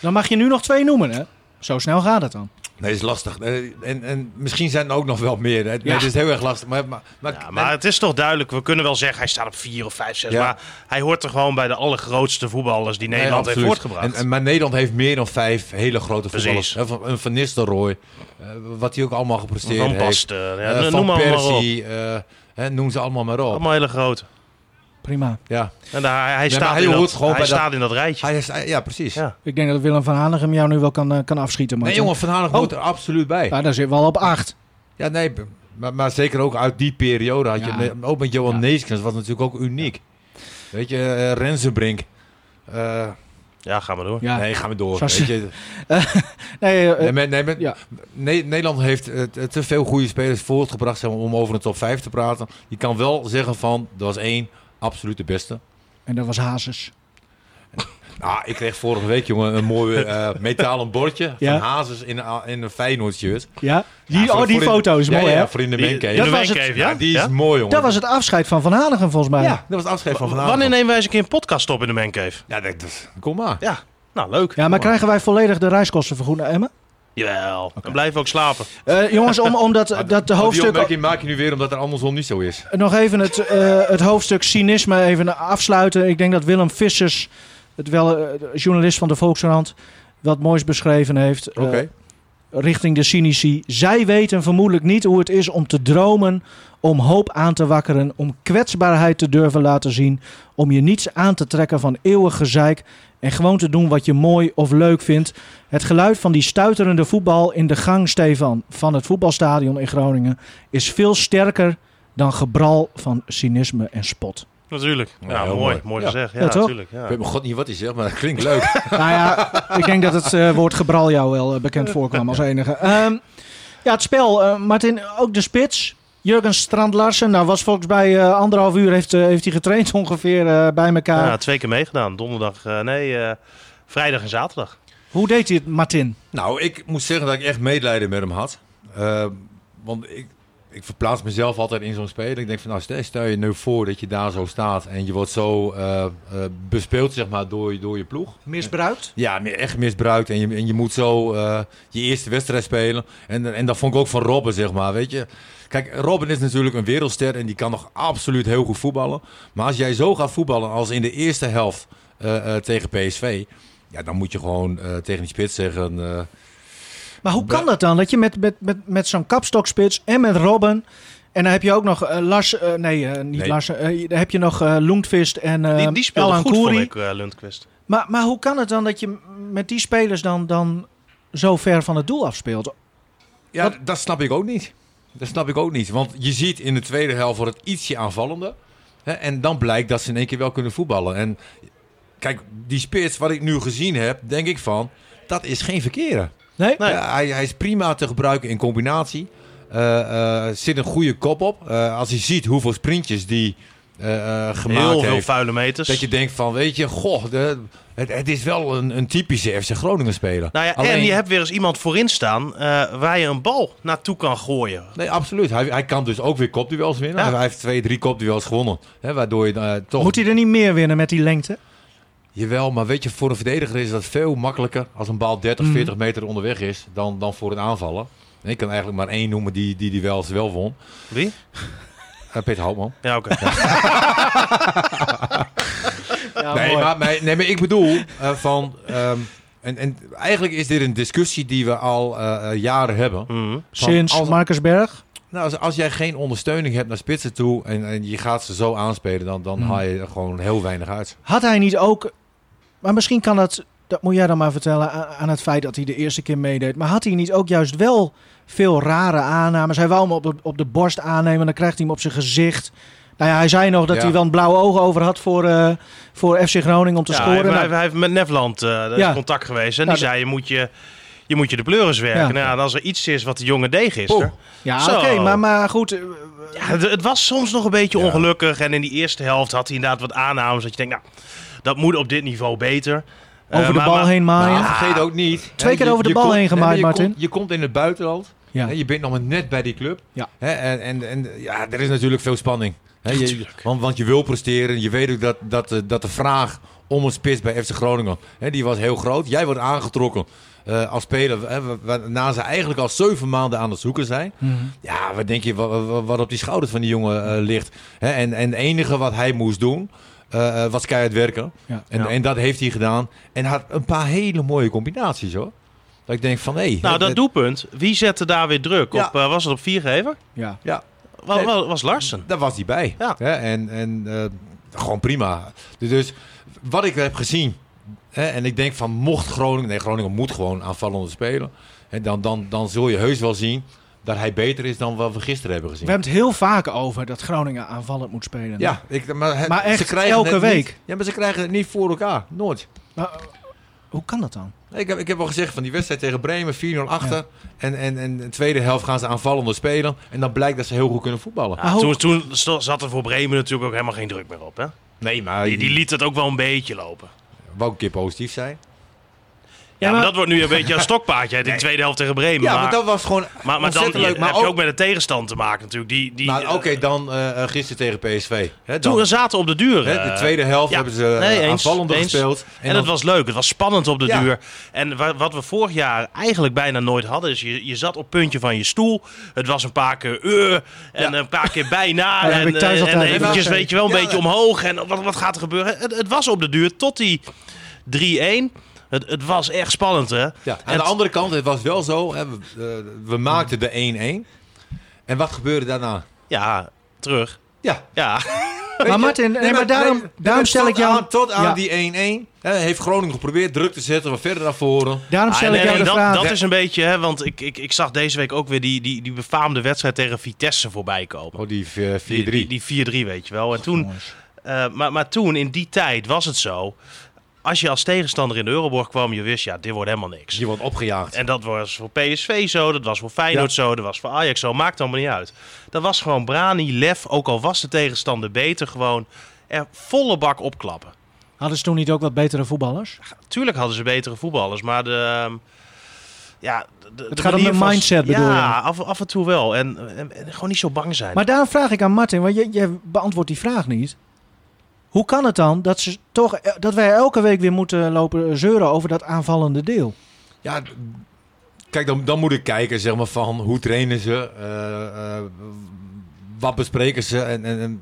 [SPEAKER 2] Dan mag je nu nog twee noemen, hè? Zo snel gaat het dan.
[SPEAKER 4] Nee, is lastig. Eh, en, en misschien zijn er ook nog wel meer. hè. Nee,
[SPEAKER 2] Ja.
[SPEAKER 4] Het is heel erg lastig. Maar, maar, maar,
[SPEAKER 3] Ja, maar het is toch duidelijk. We kunnen wel zeggen, hij staat op vier of vijf, zes.
[SPEAKER 4] Ja.
[SPEAKER 3] Maar hij hoort er gewoon bij de allergrootste voetballers die Nederland heeft
[SPEAKER 4] absoluut.
[SPEAKER 3] voortgebracht.
[SPEAKER 4] En, en, maar Nederland heeft meer dan vijf hele grote
[SPEAKER 3] Precies.
[SPEAKER 4] voetballers. Hè, van- Een Van Nistelrooy, eh, wat hij ook allemaal gepresteerd
[SPEAKER 3] Van
[SPEAKER 4] heeft.
[SPEAKER 3] Basten, ja,
[SPEAKER 4] Eh,
[SPEAKER 3] noem
[SPEAKER 4] van
[SPEAKER 3] maar allemaal op.
[SPEAKER 4] Persie, eh, hè, noem ze allemaal maar op.
[SPEAKER 3] Allemaal hele groot.
[SPEAKER 2] Prima.
[SPEAKER 4] Ja.
[SPEAKER 3] En daar, hij, hij
[SPEAKER 4] maar
[SPEAKER 3] staat,
[SPEAKER 4] hij
[SPEAKER 3] in,
[SPEAKER 4] hoort
[SPEAKER 3] dat,
[SPEAKER 4] gewoon
[SPEAKER 3] hij
[SPEAKER 4] bij dat-
[SPEAKER 3] staat in dat rijtje.
[SPEAKER 4] Hij is, ja, precies.
[SPEAKER 3] Ja.
[SPEAKER 2] Ik denk dat Willem van Hanegem jou nu wel kan, eh, kan afschieten.
[SPEAKER 4] Nee,
[SPEAKER 2] Martin.
[SPEAKER 4] jongen, Van Hanegem
[SPEAKER 2] Oh.
[SPEAKER 4] moet er absoluut bij.
[SPEAKER 2] Ja, daar zit wel op acht.
[SPEAKER 4] Ja, nee, b- maar, maar zeker ook uit die periode had je...
[SPEAKER 2] Ja.
[SPEAKER 4] nee, Ook met Johan
[SPEAKER 2] Ja.
[SPEAKER 4] Neeskens was natuurlijk ook uniek. Weet je, eh, Rensenbrink. Eh,
[SPEAKER 3] ja, gaan we door.
[SPEAKER 2] Ja.
[SPEAKER 4] Nee, gaan we door.
[SPEAKER 2] Zoals-
[SPEAKER 4] Weet je.
[SPEAKER 2] Nee, eh,
[SPEAKER 4] Nee, maar- nee, maar-
[SPEAKER 2] ja.
[SPEAKER 4] Ne- Nederland heeft eh, t- te veel goede spelers voortgebracht zeg maar, om over een top 5 te praten. Je kan wel zeggen van, er was één absoluut de beste.
[SPEAKER 2] en dat was Hazes.
[SPEAKER 4] Nou, ik kreeg vorige week, jongen, een mooi eh, metalen bordje
[SPEAKER 2] Ja.
[SPEAKER 4] van Hazes in, een- in een Feyenoord shirt.
[SPEAKER 2] Ja? Die,
[SPEAKER 4] Ja, voor-
[SPEAKER 2] oh, die
[SPEAKER 4] voor in-
[SPEAKER 2] foto is
[SPEAKER 4] ja,
[SPEAKER 2] mooi,
[SPEAKER 4] ja,
[SPEAKER 2] hè?
[SPEAKER 4] voor in de
[SPEAKER 3] Die-
[SPEAKER 4] mancave.
[SPEAKER 3] in
[SPEAKER 2] Dat
[SPEAKER 3] de
[SPEAKER 2] was het-
[SPEAKER 3] mancave,
[SPEAKER 4] Ja,
[SPEAKER 3] ja?
[SPEAKER 4] die is
[SPEAKER 3] Ja?
[SPEAKER 4] mooi, jongen.
[SPEAKER 2] Dat was het afscheid van Van Hanegem, volgens mij.
[SPEAKER 4] ja, dat was het afscheid van vanavond.
[SPEAKER 3] Wanneer nemen wij eens een keer een podcast op in de Mancave?
[SPEAKER 4] Ja, dat, dat- kom maar.
[SPEAKER 3] Ja, nou leuk.
[SPEAKER 2] Ja, maar krijgen wij volledig de reiskosten vergoed naar Emmen?
[SPEAKER 3] Jawel. En blijven we ook slapen.
[SPEAKER 2] Eh, jongens, om, om dat, dat de
[SPEAKER 4] Maar Die
[SPEAKER 2] hoofdstuk...
[SPEAKER 4] opmerking maak je nu weer omdat het andersom niet zo is.
[SPEAKER 2] Nog even het, eh, het hoofdstuk cynisme even afsluiten. Ik denk dat Willem Vissers, het wel, eh, de journalist van de Volkskrant, wat moois beschreven heeft. eh,
[SPEAKER 4] Oké.
[SPEAKER 2] richting de cynici. Zij weten vermoedelijk niet hoe het is om te dromen, om hoop aan te wakkeren, om kwetsbaarheid te durven laten zien, om je niets aan te trekken van eeuwig gezeik en gewoon te doen wat je mooi of leuk vindt. Het geluid van die stuiterende voetbal in de gang, Stefan, van het voetbalstadion in Groningen is veel sterker dan gebral van cynisme en spot.
[SPEAKER 3] Natuurlijk. Ja,
[SPEAKER 4] heel
[SPEAKER 3] mooi.
[SPEAKER 4] mooi.
[SPEAKER 3] Mooi,
[SPEAKER 4] Ja.
[SPEAKER 3] gezegd. Ja,
[SPEAKER 2] Ja, toch?
[SPEAKER 3] natuurlijk. Ja.
[SPEAKER 4] Ik weet mijn god niet wat hij zegt, maar dat klinkt leuk.
[SPEAKER 2] Nou ja, ik denk dat het eh, woord gebral jou wel eh, bekend voorkwam als enige. Ehm, ja, het spel. eh, Martin, ook de spits. Jurgen Strand-Larsen. Nou, was volgens mij eh, anderhalf uur heeft, eh, heeft hij getraind ongeveer eh, bij elkaar.
[SPEAKER 3] Ja, twee keer meegedaan. Donderdag, eh, nee, eh, vrijdag en zaterdag.
[SPEAKER 2] Hoe deed hij het, Martin?
[SPEAKER 4] Nou, ik moet zeggen dat ik echt medelijden met hem had. Eh, want ik, ik verplaats mezelf altijd in zo'n speler. Ik denk van, nou, stel, stel je nu voor dat je daar zo staat en je wordt zo eh, eh, bespeeld, zeg maar, door, je- door je ploeg.
[SPEAKER 2] Misbruikt?
[SPEAKER 4] Ja, mi- echt misbruikt. En je, en je moet zo eh, je eerste wedstrijd spelen. En, en dat vond ik ook van Robben, zeg maar. Weet je? Kijk, Robben is natuurlijk een wereldster en die kan nog absoluut heel goed voetballen. Maar als jij zo gaat voetballen als in de eerste helft eh, eh, tegen PSV... Ja, dan moet je gewoon eh, tegen die spits zeggen... eh,
[SPEAKER 2] Maar hoe kan dat dan? Dat je met, met, met, met zo'n kapstokspits en met Robben... En dan heb je ook nog eh, Lars... eh, nee, eh, niet
[SPEAKER 4] Nee.
[SPEAKER 2] Lars. eh, dan heb je nog eh Loentvist en eh
[SPEAKER 4] Ehm,
[SPEAKER 3] Die, die speelde
[SPEAKER 2] Elhan
[SPEAKER 3] goed, vond
[SPEAKER 2] Koeri.
[SPEAKER 3] ik, eh, Lundqvist.
[SPEAKER 2] Maar, maar hoe kan het dan dat je m- met die spelers dan, dan zo ver van het doel afspeelt?
[SPEAKER 4] Ja, d- dat snap ik ook niet. Dat snap ik ook niet. Want je ziet in de tweede helft wordt het ietsje aanvallender. Hè, en dan blijkt dat ze in één keer wel kunnen voetballen. En kijk, die spits wat ik nu gezien heb, denk ik van, dat is geen verkeerde.
[SPEAKER 2] Nee?
[SPEAKER 3] Nee.
[SPEAKER 4] Ja, hij, hij is prima te gebruiken in combinatie. Eh, eh, zit een goede kop op. Eh, als je ziet hoeveel sprintjes die eh, eh, gemaakt
[SPEAKER 3] Heel veel
[SPEAKER 4] heeft.
[SPEAKER 3] vuile meters.
[SPEAKER 4] dat je denkt van, weet je, goh, de- het, het is wel een, een typische FC Groningen speler.
[SPEAKER 3] Nou ja, en
[SPEAKER 4] Alleen-
[SPEAKER 3] je hebt weer eens iemand voorin staan eh, waar je een bal naartoe kan gooien.
[SPEAKER 4] Nee, absoluut. Hij, hij kan dus ook weer kopduels winnen.
[SPEAKER 3] Ja.
[SPEAKER 4] Hij heeft twee, drie kopduels gewonnen. Hè, waardoor je eh, toch...
[SPEAKER 2] Moet hij er niet meer winnen met die lengte?
[SPEAKER 4] Jawel, maar weet je, voor een verdediger is dat veel makkelijker als een bal 30,
[SPEAKER 2] Mhm.
[SPEAKER 4] 40 meter onderweg is dan, dan voor een aanvaller. En ik kan eigenlijk maar één noemen die die, die wel eens wel won.
[SPEAKER 3] Wie?
[SPEAKER 4] Eh, Peter Houtman.
[SPEAKER 3] Ja, oké.
[SPEAKER 4] nee, maar, maar- nee, maar ik bedoel eh, van... ehm, en, en eigenlijk is dit een discussie die we al eh, eh, jaren hebben.
[SPEAKER 3] Mhm.
[SPEAKER 4] Van
[SPEAKER 2] Sinds
[SPEAKER 4] als-
[SPEAKER 2] Marcus Berg?
[SPEAKER 4] Nou, als, als jij geen ondersteuning hebt naar spitsen toe en, en je gaat ze
[SPEAKER 2] Mhm.
[SPEAKER 4] zo aanspelen, dan, dan haal je er gewoon heel weinig uit.
[SPEAKER 2] Had hij niet ook... Maar misschien kan dat Dat moet jij dan maar vertellen a- aan het feit dat hij de eerste keer meedeed. Maar had hij niet ook juist wel veel rare aannames? Hij wou hem op de, op de borst aannemen, dan krijgt hij hem op zijn gezicht. Nou ja, hij zei nog dat
[SPEAKER 4] Ja.
[SPEAKER 2] hij wel een blauwe ogen over had voor, eh, voor FC Groningen om te
[SPEAKER 3] Ja, hij,
[SPEAKER 2] scoren.
[SPEAKER 3] heeft-
[SPEAKER 2] Nou,
[SPEAKER 3] hij heeft- hij heeft met Nefland eh, daar is
[SPEAKER 2] Ja.
[SPEAKER 3] contact geweest. En
[SPEAKER 2] Nou,
[SPEAKER 3] die zei, je moet je, je moet je de pleuris werken.
[SPEAKER 2] Ja.
[SPEAKER 3] Nou, ja, en als er iets is wat de jongen deed gisteren.
[SPEAKER 2] ja,
[SPEAKER 3] Zo.
[SPEAKER 2] oké, maar, maar goed. eh,
[SPEAKER 3] Ja, het, het was soms nog een beetje
[SPEAKER 4] Ja.
[SPEAKER 3] ongelukkig. En in die eerste helft had hij inderdaad wat aannames. Dat je denkt, nou, dat moet op dit niveau beter. Eh,
[SPEAKER 2] Over de
[SPEAKER 3] maar-
[SPEAKER 2] bal
[SPEAKER 3] maar-
[SPEAKER 2] heen
[SPEAKER 4] Maar
[SPEAKER 2] maaien.
[SPEAKER 4] Nou, vergeet ook niet.
[SPEAKER 2] Twee
[SPEAKER 4] hè,
[SPEAKER 2] keer
[SPEAKER 4] je-
[SPEAKER 2] over de
[SPEAKER 4] je
[SPEAKER 2] bal
[SPEAKER 4] komt-
[SPEAKER 2] heen
[SPEAKER 4] nee,
[SPEAKER 2] gemaakt,
[SPEAKER 4] maar je
[SPEAKER 2] Martin.
[SPEAKER 4] Komt, je komt in het buitenland.
[SPEAKER 2] Ja.
[SPEAKER 4] Hè, je bent nog maar net bij die club.
[SPEAKER 2] Ja.
[SPEAKER 4] Hè, en, en, en ja, er is natuurlijk veel spanning. Hè, je, want, want je wil presteren. Je weet ook dat, dat, eh, dat de vraag om een spits bij FC Groningen, hè, die was heel groot. Jij wordt aangetrokken eh, als speler, hè, wa- waarna ze eigenlijk al zeven maanden aan het zoeken zijn.
[SPEAKER 2] Mhm.
[SPEAKER 4] Ja, wat denk je wa- wa- wat, op die schouders van die jongen eh, ligt? Hè, en, en het enige wat hij moest doen, eh, eh, was keihard werken.
[SPEAKER 2] Ja.
[SPEAKER 4] En,
[SPEAKER 3] Ja.
[SPEAKER 4] en dat heeft hij gedaan. En had een paar hele mooie combinaties hoor. Dat ik denk van hé.
[SPEAKER 3] Nou, dat doelpunt. Wie zette daar weer druk?
[SPEAKER 4] Ja.
[SPEAKER 3] Op, eh, was het op viergever?
[SPEAKER 2] Ja.
[SPEAKER 4] Ja,
[SPEAKER 3] Was,
[SPEAKER 4] Nee.
[SPEAKER 3] was, was Larsen.
[SPEAKER 4] daar was hij bij.
[SPEAKER 3] Ja.
[SPEAKER 4] Hè, en en eh, gewoon prima. Dus- Dus wat ik heb gezien. Hè, en ik denk van mocht Groningen. Nee, Groningen moet gewoon aanvallende spelen. En dan, dan, dan zul je heus wel zien dat hij beter is dan wat we gisteren hebben gezien.
[SPEAKER 2] We hebben het heel vaak over dat Groningen aanvallend moet spelen. Nou,
[SPEAKER 4] Ja, ik, maar, het-
[SPEAKER 2] Maar echt
[SPEAKER 4] ze krijgen
[SPEAKER 2] elke
[SPEAKER 4] het niet-
[SPEAKER 2] week?
[SPEAKER 4] ja, maar ze krijgen het niet voor elkaar. Nooit.
[SPEAKER 2] Maar, eh, hoe kan dat dan?
[SPEAKER 4] Ik heb, ik heb al gezegd van die wedstrijd tegen Bremen, 4-0 achter. En, en, en de tweede helft gaan ze aanvallender spelen. En dan blijkt dat ze heel goed kunnen voetballen.
[SPEAKER 3] Ja,
[SPEAKER 2] Maar hoe-
[SPEAKER 3] toen, toen sto- zat er voor Bremen natuurlijk ook helemaal geen druk meer op. Hè?
[SPEAKER 4] Nee, maar
[SPEAKER 3] Die, die liet het ook wel een beetje lopen.
[SPEAKER 4] wou een keer positief zijn.
[SPEAKER 3] Ja, maar,
[SPEAKER 2] maar-
[SPEAKER 3] dat wordt nu een beetje een stokpaardje in de tweede helft tegen Bremen.
[SPEAKER 4] Ja,
[SPEAKER 3] maar,
[SPEAKER 4] want dat was gewoon
[SPEAKER 3] maar, maar dan
[SPEAKER 4] ontzettend leuk.
[SPEAKER 3] je-
[SPEAKER 4] Maar
[SPEAKER 3] heb je ook
[SPEAKER 4] ook,
[SPEAKER 3] met de tegenstand te maken natuurlijk. Die, die,
[SPEAKER 4] maar
[SPEAKER 3] eh,
[SPEAKER 4] oké, dan eh, eh, gisteren tegen PSV. Hè, dan,
[SPEAKER 3] toen we zaten op de duur.
[SPEAKER 4] hè, de
[SPEAKER 3] eh,
[SPEAKER 4] tweede helft
[SPEAKER 3] ja.
[SPEAKER 4] hebben ze eh,
[SPEAKER 3] Nee, eens,
[SPEAKER 4] aanvallender
[SPEAKER 3] eens.
[SPEAKER 4] gespeeld.
[SPEAKER 3] En, dat
[SPEAKER 4] dan-
[SPEAKER 3] was leuk. Het was spannend op de
[SPEAKER 4] Ja.
[SPEAKER 3] duur. En wa- wat we vorig jaar eigenlijk bijna nooit hadden, is je, je zat op het puntje van je stoel. Het was een paar keer eh en
[SPEAKER 4] Ja.
[SPEAKER 3] een paar keer bijna.
[SPEAKER 2] Ja, dat
[SPEAKER 3] en
[SPEAKER 2] heb ik thuis
[SPEAKER 3] eh, en
[SPEAKER 2] altijd.
[SPEAKER 3] eventjes,
[SPEAKER 2] Ja.
[SPEAKER 3] weet je wel, een
[SPEAKER 4] Ja.
[SPEAKER 3] beetje omhoog. En wat, wat gaat er gebeuren? Het, het was op de duur tot die 3-1. Het, het was echt spannend, hè?
[SPEAKER 4] ja, aan
[SPEAKER 3] En
[SPEAKER 4] de
[SPEAKER 3] t-
[SPEAKER 4] andere kant, het was wel zo. Hè, we, eh, we maakten de 1-1. En wat gebeurde daarna?
[SPEAKER 3] Ja, terug.
[SPEAKER 4] Ja,
[SPEAKER 3] Ja.
[SPEAKER 2] Maar Martin, nee, maar daarom, daarom stel ik jou...
[SPEAKER 4] Aan, tot aan
[SPEAKER 2] Ja,
[SPEAKER 4] die 1-1. hè, heeft Groningen geprobeerd druk te zetten, wat verder naar voren.
[SPEAKER 2] Daarom stel
[SPEAKER 3] Ah, en-
[SPEAKER 2] ik jou
[SPEAKER 3] en
[SPEAKER 2] de
[SPEAKER 3] dat,
[SPEAKER 2] vraag.
[SPEAKER 3] dat is een beetje, hè, want ik, ik, ik zag deze week ook weer die, die, die befaamde wedstrijd tegen Vitesse voorbij komen.
[SPEAKER 4] Oh, die 4-3.
[SPEAKER 3] Die- Die, die 4-3, weet je wel. En toen, eh, maar, maar toen, in die tijd, was het zo. Als je als tegenstander in de Euroborg kwam, je wist, ja, dit wordt helemaal niks.
[SPEAKER 4] Je wordt opgejaagd.
[SPEAKER 3] En dat was voor PSV zo, dat was voor Feyenoord zo, dat was voor Ajax zo. Maakt allemaal niet uit. Dat was gewoon Brani, Lef, ook al was de tegenstander beter, gewoon er volle bak opklappen.
[SPEAKER 2] Hadden ze toen niet ook wat betere voetballers?
[SPEAKER 3] Tuurlijk hadden ze betere voetballers, maar de. ehm, Ja, de- de,
[SPEAKER 2] gaat om
[SPEAKER 3] manier
[SPEAKER 2] de
[SPEAKER 3] van-
[SPEAKER 2] mindset, bedoel je?
[SPEAKER 3] Ja, af, af en toe wel. En, en, en gewoon niet zo bang zijn.
[SPEAKER 2] Maar daarom vraag ik aan Martin, want jij, jij beantwoordt die vraag niet. Hoe kan het dan dat, ze toch, eh, dat wij elke week weer moeten lopen zeuren over dat aanvallende deel?
[SPEAKER 3] Ah,
[SPEAKER 4] Ja, d- kijk, dan, dan moet ik kijken zeg maar, van hoe trainen ze, eh, eh, wat bespreken ze. En, en, en-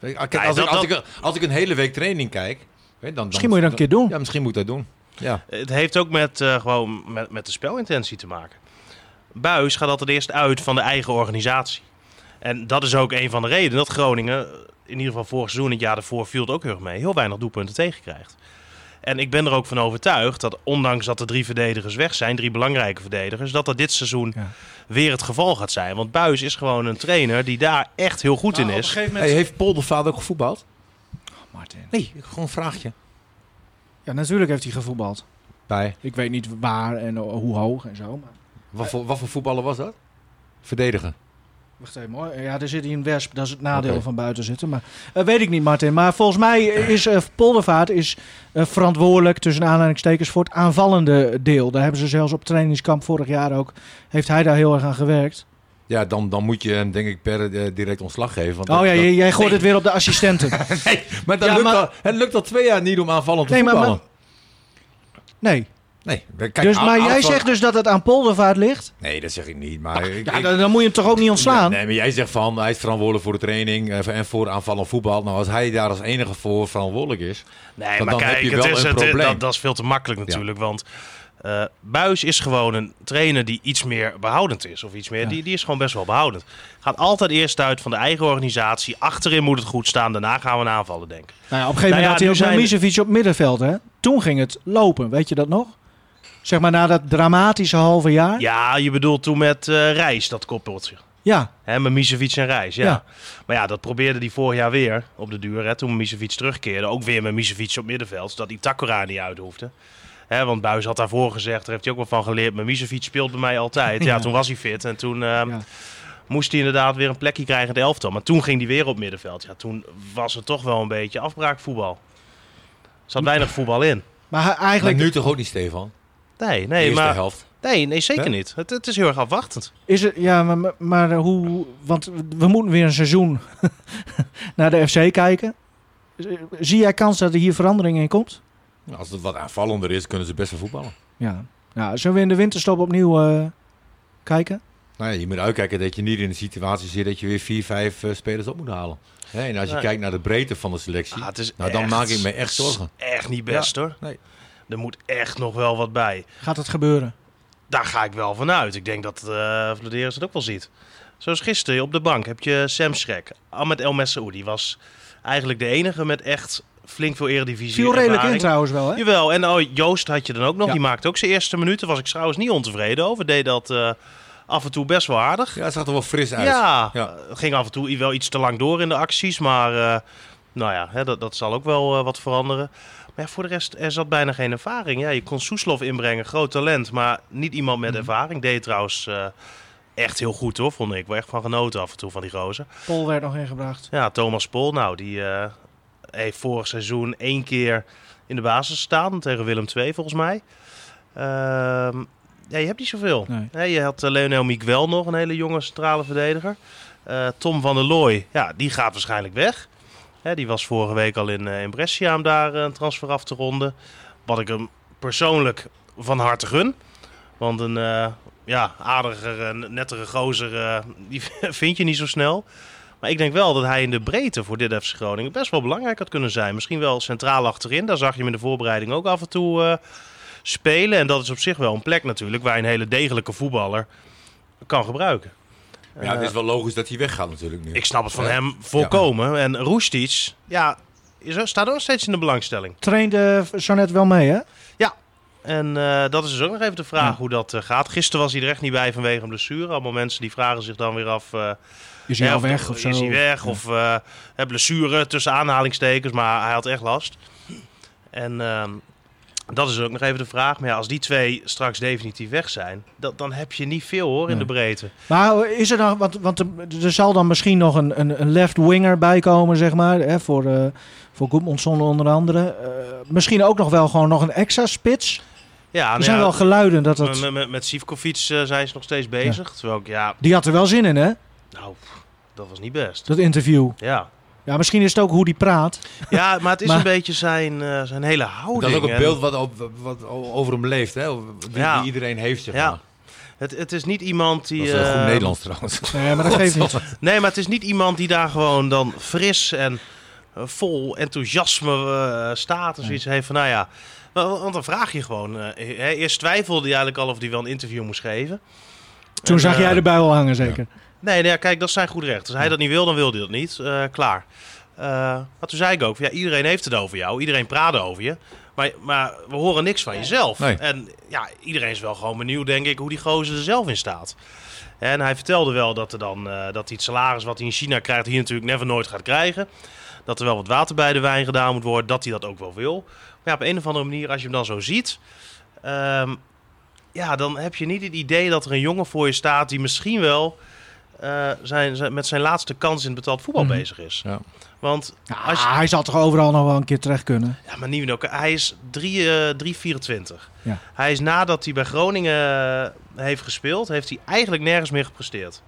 [SPEAKER 4] Kijk, als,
[SPEAKER 3] Ja,
[SPEAKER 4] ik,
[SPEAKER 3] dat-
[SPEAKER 4] als,
[SPEAKER 3] dat-
[SPEAKER 4] ik, als ik een hele week training kijk... hè, Dan,
[SPEAKER 2] Misschien moet je dat een keer doen.
[SPEAKER 4] Ja, misschien moet ik dat doen. Ja.
[SPEAKER 3] Het heeft ook met, eh, gewoon met, met de spelintentie te maken. Buis gaat altijd eerst uit van de eigen organisatie. En dat is ook een van de redenen dat Groningen, in ieder geval vorig seizoen, het jaar daarvoor viel het ook heel erg mee, heel weinig doelpunten tegenkrijgt. En ik ben er ook van overtuigd dat ondanks dat de drie verdedigers weg zijn, drie belangrijke verdedigers, dat dat dit seizoen
[SPEAKER 2] Ja.
[SPEAKER 3] weer het geval gaat zijn. Want Buis is gewoon een trainer die daar echt heel goed in is.
[SPEAKER 4] Hey, heeft Poldervaart ook gevoetbald?
[SPEAKER 2] Martin.
[SPEAKER 4] Nee, gewoon een vraagje.
[SPEAKER 2] Ja, natuurlijk heeft hij gevoetbald.
[SPEAKER 4] Bij,
[SPEAKER 2] Ik weet niet waar en eh, hoe hoog en zo. Maar...
[SPEAKER 4] wat voor, wat voor voetballer was dat? Verdediger.
[SPEAKER 2] Wacht even hoor. Ja, er zit hier een wesp. Dat is het nadeel
[SPEAKER 4] Oké.
[SPEAKER 2] van buiten zitten. Maar eh, weet ik niet, Martin. Maar volgens mij is eh, Poldervaart is, eh, verantwoordelijk tussen aanhalingstekens voor het aanvallende deel. Daar hebben ze zelfs op trainingskamp vorig jaar ook. Heeft hij daar heel erg aan gewerkt.
[SPEAKER 4] Ja, dan, dan moet je hem denk ik per eh, direct ontslag geven. Want
[SPEAKER 2] oh
[SPEAKER 4] dat-
[SPEAKER 2] ja,
[SPEAKER 4] dat-
[SPEAKER 2] jij, jij gooit het weer op de assistenten.
[SPEAKER 4] Nee, maar, dat
[SPEAKER 2] Ja,
[SPEAKER 4] lukt
[SPEAKER 2] maar-
[SPEAKER 4] Al, het lukt al twee jaar niet om aanvallend te
[SPEAKER 2] Nee, maar-
[SPEAKER 4] voetballen.
[SPEAKER 2] Nee.
[SPEAKER 4] nee, kijk,
[SPEAKER 2] Dus,
[SPEAKER 4] Al-
[SPEAKER 2] maar jij
[SPEAKER 4] Alfred-
[SPEAKER 2] zegt dus dat het aan Poldervaart ligt?
[SPEAKER 4] Nee, dat zeg ik niet. Maar ik,
[SPEAKER 2] Ja,
[SPEAKER 4] ik-
[SPEAKER 2] dan, dan moet je hem toch ook niet ontslaan?
[SPEAKER 4] Nee, maar jij zegt van hij is verantwoordelijk voor de training eh, en voor aanvallend voetbal. Nou, als hij daar als enige voor verantwoordelijk is.
[SPEAKER 3] Nee,
[SPEAKER 4] Dan-
[SPEAKER 3] maar
[SPEAKER 4] dan heb
[SPEAKER 3] kijk,
[SPEAKER 4] je
[SPEAKER 3] het
[SPEAKER 4] wel
[SPEAKER 3] is,
[SPEAKER 4] een
[SPEAKER 3] het,
[SPEAKER 4] probleem.
[SPEAKER 3] dat, dat is veel te makkelijk natuurlijk. Want Eh, Buis is gewoon een trainer die iets meer behoudend is. Of iets meer. Die, die is gewoon best wel behoudend. Gaat altijd eerst uit van de eigen organisatie. Achterin moet het goed staan. Daarna gaan we een aanvallen denken.
[SPEAKER 2] Nou ja, op een gegeven
[SPEAKER 3] Nou ja,
[SPEAKER 2] moment
[SPEAKER 3] nu
[SPEAKER 2] had hij ook
[SPEAKER 3] zijn-
[SPEAKER 2] Misevic op middenveld. Hè? Toen ging het lopen, weet je dat nog? Zeg maar na dat dramatische halve jaar.
[SPEAKER 3] Ja, je bedoelt toen met eh Reis dat koppeltje.
[SPEAKER 2] Ja,
[SPEAKER 3] Hè, met Misevic en Reis, ja.
[SPEAKER 2] Ja.
[SPEAKER 3] Maar ja, dat probeerde hij vorig jaar weer op de duur. Hè, toen Misevic terugkeerde, ook weer met Misevic op middenveld. Zodat die Takora niet uit hoefde. Hè, want Buis had daarvoor gezegd, daar heeft hij ook wel van geleerd. Maar Misevic speelt bij mij altijd. Ja,
[SPEAKER 2] Ja.
[SPEAKER 3] toen was hij fit. En toen eh,
[SPEAKER 2] Ja.
[SPEAKER 3] moest hij inderdaad weer een plekje krijgen in de elftal. Maar toen ging hij weer op middenveld. Ja, toen was het toch wel een beetje afbraakvoetbal. Er zat weinig voetbal in.
[SPEAKER 2] maar hij-
[SPEAKER 4] Maar
[SPEAKER 2] eigenlijk
[SPEAKER 4] nu toch ook niet, Stefan?
[SPEAKER 3] Nee,
[SPEAKER 4] De
[SPEAKER 3] nee,
[SPEAKER 4] eerste
[SPEAKER 3] maar,
[SPEAKER 4] helft.
[SPEAKER 3] nee, nee zeker
[SPEAKER 4] Hè?
[SPEAKER 3] niet. Het, het is heel erg afwachtend.
[SPEAKER 2] is het... Ja, maar- maar, maar eh, hoe... Want we moeten weer een seizoen naar de FC kijken. Eh, Zie jij kans dat er hier verandering in komt?
[SPEAKER 4] Nou, Als het wat aanvallender is, kunnen ze best wel voetballen.
[SPEAKER 2] Ja. Nou, zullen we in de winterstop opnieuw eh, kijken?
[SPEAKER 4] Nou ja, je moet uitkijken dat je niet in de situatie zit dat je weer vier, vijf eh, spelers op moet halen. Hè, en als je
[SPEAKER 3] Nee.
[SPEAKER 4] kijkt naar de breedte van de selectie,
[SPEAKER 3] Ah, het is
[SPEAKER 4] nou, dan
[SPEAKER 3] echt-
[SPEAKER 4] maak ik me echt zorgen.
[SPEAKER 3] Echt niet best hoor.
[SPEAKER 4] nee.
[SPEAKER 3] Er moet echt nog wel wat bij.
[SPEAKER 2] Gaat het gebeuren?
[SPEAKER 3] Daar ga ik wel van uit. Ik denk dat eh Vladeris het ook wel ziet. Zoals gisteren op de bank heb je Sam Schrek. Ahmed El Messaoudi was eigenlijk de enige met echt flink veel eredivisie.
[SPEAKER 2] Viel redelijk in
[SPEAKER 3] ervaring.
[SPEAKER 2] trouwens wel, hè?
[SPEAKER 3] Jawel, en oh, Joost had je dan ook nog.
[SPEAKER 2] Ja.
[SPEAKER 3] Die maakte ook zijn eerste minuten. Daar was ik trouwens niet ontevreden over. Deed dat eh, af en toe best wel aardig.
[SPEAKER 4] Ja, het zag er wel fris uit.
[SPEAKER 3] Ja,
[SPEAKER 4] Ja.
[SPEAKER 3] eh, ging af en toe wel iets te lang door in de acties. Maar eh, nou ja, hè, dat, dat zal ook wel eh, wat veranderen. Maar ja, voor de rest, er zat bijna geen ervaring. Ja, je kon Soeslof inbrengen, groot talent. Maar niet iemand met ervaring. Deed het trouwens eh, echt heel goed hoor, vond ik. Wel echt van genoten af en toe van die rozen.
[SPEAKER 2] Pol werd nog ingebracht.
[SPEAKER 3] Ja, Thomas Pol, nou, die eh, heeft vorig seizoen één keer in de basis staan tegen Willem II, volgens mij. Ehm, ja, je hebt niet zoveel.
[SPEAKER 2] Nee.
[SPEAKER 3] Hè, je had eh, Leonel Miguel nog, een hele jonge centrale verdediger. Eh, Tom van der Looy, ja, die gaat waarschijnlijk weg. Hè, die was vorige week al in, eh, in Brescia om daar eh, een transfer af te ronden. Wat ik hem persoonlijk van harte gun. Want een eh, ja, aardiger, eh, nettere gozer, eh, die vind je niet zo snel. Maar ik denk wel dat hij in de breedte voor dit FC Groningen best wel belangrijk had kunnen zijn. Misschien wel centraal achterin. Daar zag je hem in de voorbereiding ook af en toe eh, spelen. En dat is op zich wel een plek natuurlijk waar je een hele degelijke voetballer kan gebruiken.
[SPEAKER 4] Maar ja, het is wel logisch dat hij weggaat natuurlijk nu.
[SPEAKER 3] Ik snap het van
[SPEAKER 4] Ja.
[SPEAKER 3] hem volkomen. En Roestic, ja, is er, staat ook nog steeds in de belangstelling.
[SPEAKER 2] Trainde zo net wel mee, hè?
[SPEAKER 3] En eh, dat is dus ook nog even de vraag hoe dat eh, gaat. Gisteren was hij er echt niet bij vanwege een blessure. Allemaal mensen die vragen zich dan weer af... eh,
[SPEAKER 2] Is hij
[SPEAKER 3] Ja,
[SPEAKER 2] al weg of zo?
[SPEAKER 3] Is hij weg? Of eh, hè, blessure tussen aanhalingstekens, maar hij had echt last. En ehm, dat is ook nog even de vraag. Maar ja, als die twee straks definitief weg zijn, dat, dan heb je niet veel hoor in
[SPEAKER 2] Nee.
[SPEAKER 3] de breedte.
[SPEAKER 2] Maar is er dan, want, want er- er zal dan misschien nog een, een, een left winger bij komen, zeg maar, hè, voor, eh voor Goedmondson onder andere. Eh, misschien ook nog wel gewoon nog een extra spits.
[SPEAKER 3] Ja, nou
[SPEAKER 2] er zijn
[SPEAKER 3] ja,
[SPEAKER 2] wel geluiden dat
[SPEAKER 3] met-
[SPEAKER 2] dat.
[SPEAKER 3] met, met, met Sivkovic eh, zijn ze nog steeds bezig. Terwijl ik, ja,
[SPEAKER 2] Die had er wel zin in, hè?
[SPEAKER 3] nou, pff, dat was niet best.
[SPEAKER 2] Dat interview.
[SPEAKER 3] Ja,
[SPEAKER 2] Ja, misschien is het ook hoe die praat.
[SPEAKER 3] ja maar het is
[SPEAKER 2] Maar-
[SPEAKER 3] een beetje zijn, eh, zijn hele houding.
[SPEAKER 4] Dat is ook een
[SPEAKER 3] En-
[SPEAKER 4] beeld wat, op- wat over hem leeft, hè? Die, die
[SPEAKER 3] Ja.
[SPEAKER 4] iedereen heeft, zeg
[SPEAKER 3] Ja.
[SPEAKER 4] maar.
[SPEAKER 3] Het, het is niet iemand die...
[SPEAKER 4] Dat is wel goed
[SPEAKER 3] eh,
[SPEAKER 4] Nederlands trouwens.
[SPEAKER 2] Nee, maar dat geeft niet.
[SPEAKER 3] Nee, maar het is niet iemand die daar gewoon dan fris en eh, vol enthousiasme eh, staat en zoiets heeft van, nou ja, wa- want dan vraag je gewoon. eh, hè, eerst twijfelde hij eigenlijk al of hij wel een interview moest geven.
[SPEAKER 2] Toen
[SPEAKER 3] En,
[SPEAKER 2] zag
[SPEAKER 3] eh,
[SPEAKER 2] jij de buil hangen, zeker.
[SPEAKER 3] Nee, nee, kijk, dat is zijn goed recht. Als hij dat niet wil, dan wil hij dat niet. Eh, klaar. Eh, maar toen zei ik ook, van, ja, iedereen heeft het over jou, iedereen praat over je. Maar, maar we horen niks van jezelf.
[SPEAKER 4] Nee.
[SPEAKER 3] En ja, iedereen is wel gewoon benieuwd, denk ik, hoe die gozer er zelf in staat. En hij vertelde wel dat, er dan, eh, dat hij het salaris wat hij in China krijgt, hier natuurlijk never nooit gaat krijgen. Dat er wel wat water bij de wijn gedaan moet worden, dat hij dat ook wel wil. Maar ja, op een of andere manier, als je hem dan zo ziet, ehm, ja, dan heb je niet het idee dat er een jongen voor je staat die misschien wel eh, zijn, zijn- met zijn laatste kans in het betaald voetbal
[SPEAKER 2] Mhm.
[SPEAKER 3] bezig is.
[SPEAKER 4] Ja.
[SPEAKER 3] Want als je,
[SPEAKER 2] Ah, hij zal toch overal nog wel een keer terecht kunnen.
[SPEAKER 3] ja, maar Nieuwenhoek, hij is drie, eh, 324.
[SPEAKER 2] Ja.
[SPEAKER 3] Hij is nadat hij bij Groningen eh, heeft gespeeld, heeft hij eigenlijk nergens meer gepresteerd.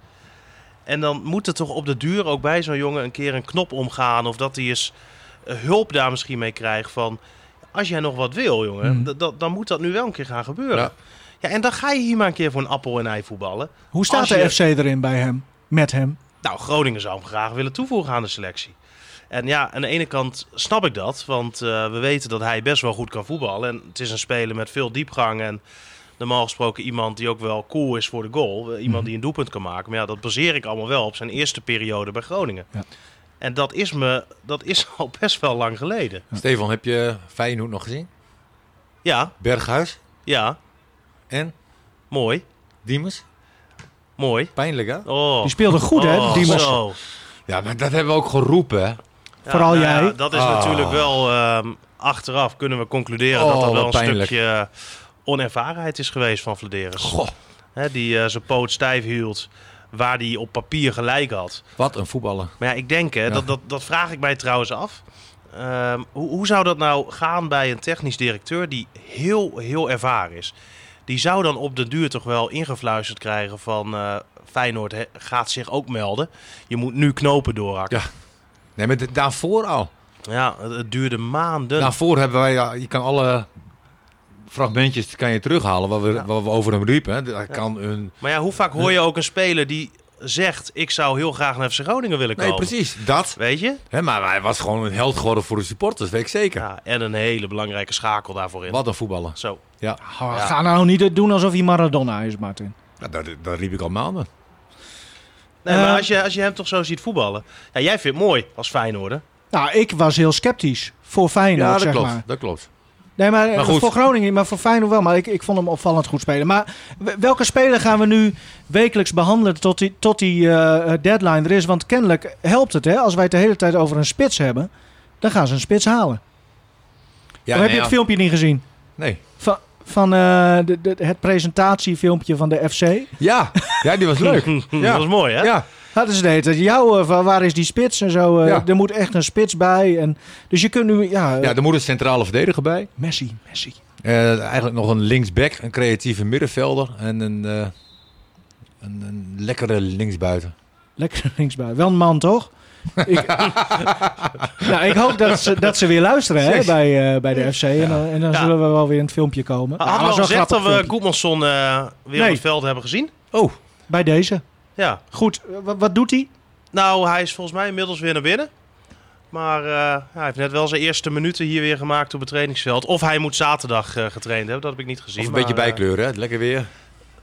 [SPEAKER 3] En dan moet er toch op de duur ook bij zo'n jongen een keer een knop omgaan. Of dat hij eens eh, hulp daar misschien mee krijgt van... Als jij nog wat wil, jongen,
[SPEAKER 2] Mhm.
[SPEAKER 3] d- dat- dan moet dat nu wel een keer gaan gebeuren. Ja.
[SPEAKER 4] Ja.
[SPEAKER 3] en dan ga je hier maar een keer voor een appel en ei voetballen.
[SPEAKER 2] Hoe staat
[SPEAKER 3] Als
[SPEAKER 2] de
[SPEAKER 3] je-
[SPEAKER 2] FC erin bij hem? Met hem?
[SPEAKER 3] Nou, Groningen zou hem graag willen toevoegen aan de selectie. En ja, aan de ene kant snap ik dat, want eh, we weten dat hij best wel goed kan voetballen. En het is een speler met veel diepgang en normaal gesproken iemand die ook wel cool is voor de goal. Eh,
[SPEAKER 2] Mhm.
[SPEAKER 3] Iemand die een doelpunt kan maken. Maar ja, dat baseer ik allemaal wel op zijn eerste periode bij Groningen.
[SPEAKER 2] Ja.
[SPEAKER 3] En dat is, me, dat is al best wel lang geleden.
[SPEAKER 4] Stefan, heb je Feyenoord nog gezien?
[SPEAKER 3] Ja,
[SPEAKER 4] Berghuis
[SPEAKER 3] ja,
[SPEAKER 4] en
[SPEAKER 3] mooi,
[SPEAKER 4] Diemers?
[SPEAKER 3] mooi.
[SPEAKER 4] Pijnlijk, hè?
[SPEAKER 3] Oh.
[SPEAKER 2] Die speelde goed, hè,
[SPEAKER 3] Oh,
[SPEAKER 2] Diemers.
[SPEAKER 3] zo.
[SPEAKER 4] Ja, maar dat hebben we ook geroepen, hè?
[SPEAKER 3] Ja,
[SPEAKER 2] Vooral
[SPEAKER 3] nou
[SPEAKER 2] jij.
[SPEAKER 3] ja, dat is
[SPEAKER 4] Ah.
[SPEAKER 3] natuurlijk wel ehm, achteraf kunnen we concluderen
[SPEAKER 4] Oh,
[SPEAKER 3] dat er wel een
[SPEAKER 4] wat pijnlijk.
[SPEAKER 3] stukje onervarenheid is geweest van Vladeris.
[SPEAKER 4] Goh,
[SPEAKER 3] Hè, die eh, zijn poot stijf hield waar hij op papier gelijk had.
[SPEAKER 4] wat een voetballer.
[SPEAKER 3] Maar ja, ik denk, hè,
[SPEAKER 4] Ja.
[SPEAKER 3] dat, dat, dat vraag ik mij trouwens af. Ehm, hoe, hoe zou dat nou gaan bij een technisch directeur die heel, heel ervaren is? Die zou dan op de duur toch wel ingefluisterd krijgen van eh, Feyenoord hè, gaat zich ook melden. Je moet nu knopen doorhakken.
[SPEAKER 4] Ja. Nee, maar d- daarvoor al.
[SPEAKER 3] Ja, het, het duurde maanden.
[SPEAKER 4] Daarvoor hebben wij, ja, je kan alle fragmentjes kan je terughalen wat we, wat we over hem riepen. Hè. Dat kan een...
[SPEAKER 3] Maar ja, hoe vaak hoor je ook een speler die zegt: Ik zou heel graag naar FC Groningen willen komen?
[SPEAKER 4] Nee, precies, dat.
[SPEAKER 3] Weet je?
[SPEAKER 4] Hè, maar hij was gewoon een held geworden voor de supporters, weet ik zeker.
[SPEAKER 3] Ja, en een hele belangrijke schakel daarvoor in.
[SPEAKER 4] Wat een voetballer.
[SPEAKER 3] Zo.
[SPEAKER 4] Ja,
[SPEAKER 2] Ah, Ga nou niet doen alsof hij Maradona is, Martin.
[SPEAKER 4] Ja, dat, dat riep ik al maanden.
[SPEAKER 3] Nee, maar
[SPEAKER 2] Eh.
[SPEAKER 3] als je, als je hem toch zo ziet voetballen. Ja, jij vindt het mooi als Feyenoorder.
[SPEAKER 2] Nou, ik was heel sceptisch. Voor Feyenoord,
[SPEAKER 4] Ja, dat
[SPEAKER 2] zeg
[SPEAKER 4] klopt.
[SPEAKER 2] maar.
[SPEAKER 4] Dat klopt.
[SPEAKER 2] Nee, maar,
[SPEAKER 4] Maar goed.
[SPEAKER 2] voor Groningen, niet, maar voor Feyenoord wel. Maar ik, ik vond hem opvallend goed spelen. Maar w- welke speler gaan we nu wekelijks behandelen tot die, tot die eh, deadline er is? Want kennelijk helpt het, hè? Als wij het de hele tijd over een spits hebben, dan gaan ze een spits halen.
[SPEAKER 4] Ja,
[SPEAKER 2] Dan heb
[SPEAKER 4] nee,
[SPEAKER 2] je het
[SPEAKER 4] ja.
[SPEAKER 2] filmpje niet gezien?
[SPEAKER 4] Nee.
[SPEAKER 2] Van, van eh, de, de- het presentatiefilmpje van de FC.
[SPEAKER 4] Ja. ja, die was leuk. Ja.
[SPEAKER 3] Dat is mooi, hè?
[SPEAKER 4] Ja,
[SPEAKER 2] Hadden ze Ah, de hele tijd, jou, eh, van waar is die spits en zo? eh,
[SPEAKER 4] Ja.
[SPEAKER 2] Er moet echt een spits bij. En, dus je kunt nu, ja, eh,
[SPEAKER 4] ja er moet een centrale verdediger bij.
[SPEAKER 2] Messi, Messi.
[SPEAKER 4] Eh, eigenlijk nog een linksback, een creatieve middenvelder en een, eh, een, een lekkere linksbuiten.
[SPEAKER 2] Lekker linksbij. Wel een man, toch? Ik, nou, ik hoop dat ze, dat ze weer luisteren hè,
[SPEAKER 4] Zeg.
[SPEAKER 2] bij, eh, bij de FC. En dan, en dan
[SPEAKER 3] Ja. Ah,
[SPEAKER 2] zullen we wel weer in het filmpje komen.
[SPEAKER 3] Hadden
[SPEAKER 2] Nou,
[SPEAKER 3] we
[SPEAKER 2] maar
[SPEAKER 3] al
[SPEAKER 2] zo'n
[SPEAKER 3] gezegd dat
[SPEAKER 2] grappig
[SPEAKER 3] we
[SPEAKER 2] filmpje.
[SPEAKER 3] Koepmanson eh, weer op
[SPEAKER 2] Nee.
[SPEAKER 3] het veld hebben gezien?
[SPEAKER 4] Oh,
[SPEAKER 2] Bij deze.
[SPEAKER 3] Ja.
[SPEAKER 2] Goed, eh, wat, wat doet hij?
[SPEAKER 3] Nou, hij is volgens mij inmiddels weer naar binnen. Maar eh, hij heeft net wel zijn eerste minuten hier weer gemaakt op het trainingsveld. Of hij moet zaterdag eh, getraind hebben, dat heb ik niet gezien.
[SPEAKER 4] of een
[SPEAKER 3] maar,
[SPEAKER 4] beetje
[SPEAKER 3] eh,
[SPEAKER 4] bijkleuren, hè? lekker weer.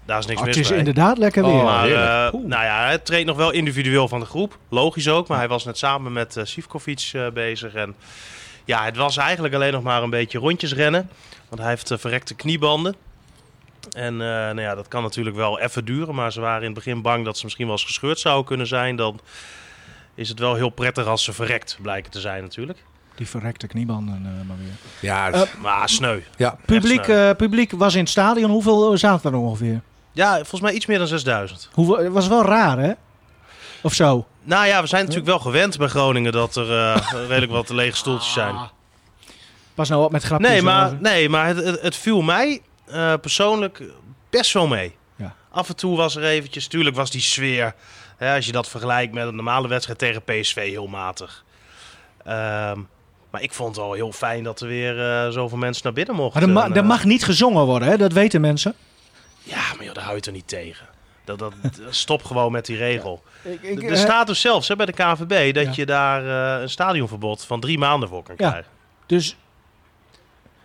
[SPEAKER 3] daar is niks
[SPEAKER 2] Oh, het
[SPEAKER 3] mis
[SPEAKER 2] is
[SPEAKER 3] mee.
[SPEAKER 2] inderdaad lekker weer.
[SPEAKER 4] Oh,
[SPEAKER 3] Maar eh,
[SPEAKER 4] heerlijk.
[SPEAKER 2] Oeh.
[SPEAKER 3] nou ja, hij treedt nog wel individueel van de groep. Logisch ook, maar hij was net samen met eh Sivkovic eh, bezig. En ja, het was eigenlijk alleen nog maar een beetje rondjes rennen. Want hij heeft eh, verrekte kniebanden. En eh, nou ja, dat kan natuurlijk wel even duren. Maar ze waren in het begin bang dat ze misschien wel eens gescheurd zou kunnen zijn. Dan is het wel heel prettig als ze verrekt blijken te zijn natuurlijk.
[SPEAKER 2] Die verrekte kniebanden eh, maar weer.
[SPEAKER 4] Ja, dus-
[SPEAKER 2] Eh,
[SPEAKER 3] Maar sneu.
[SPEAKER 4] ja.
[SPEAKER 2] Publiek,
[SPEAKER 3] Echt,
[SPEAKER 2] eh, publiek was in het stadion. Hoeveel eh, zaten er ongeveer?
[SPEAKER 3] Ja, volgens mij iets meer dan 6000.
[SPEAKER 2] Hoeveel, het was wel raar, hè? Of zo.
[SPEAKER 3] Nou ja, we zijn natuurlijk wel gewend bij Groningen dat er eh, redelijk wat lege stoeltjes zijn.
[SPEAKER 2] Pas nou op met grapjes.
[SPEAKER 3] Nee, maar,
[SPEAKER 2] en-
[SPEAKER 3] nee, maar het, het, het viel mij eh, persoonlijk best wel mee.
[SPEAKER 2] Ja.
[SPEAKER 3] Af en toe was er eventjes, tuurlijk was die sfeer, hè, als je dat vergelijkt met een normale wedstrijd tegen PSV, heel matig. Ehm, maar ik vond het al heel fijn dat er weer eh, zoveel mensen naar binnen mochten.
[SPEAKER 2] Maar er, ma-
[SPEAKER 3] En,
[SPEAKER 2] er
[SPEAKER 3] eh,
[SPEAKER 2] mag niet gezongen worden, hè? Dat weten mensen.
[SPEAKER 3] Ja, maar joh, daar hou je toch niet tegen. Dat, dat, stop gewoon met die regel.
[SPEAKER 2] Ik, eh,
[SPEAKER 3] De, de status zelfs hè, bij de KNVB dat
[SPEAKER 2] Ja.
[SPEAKER 3] je daar eh, een stadionverbod van drie maanden voor kan
[SPEAKER 2] Ja.
[SPEAKER 3] krijgen.
[SPEAKER 2] Dus.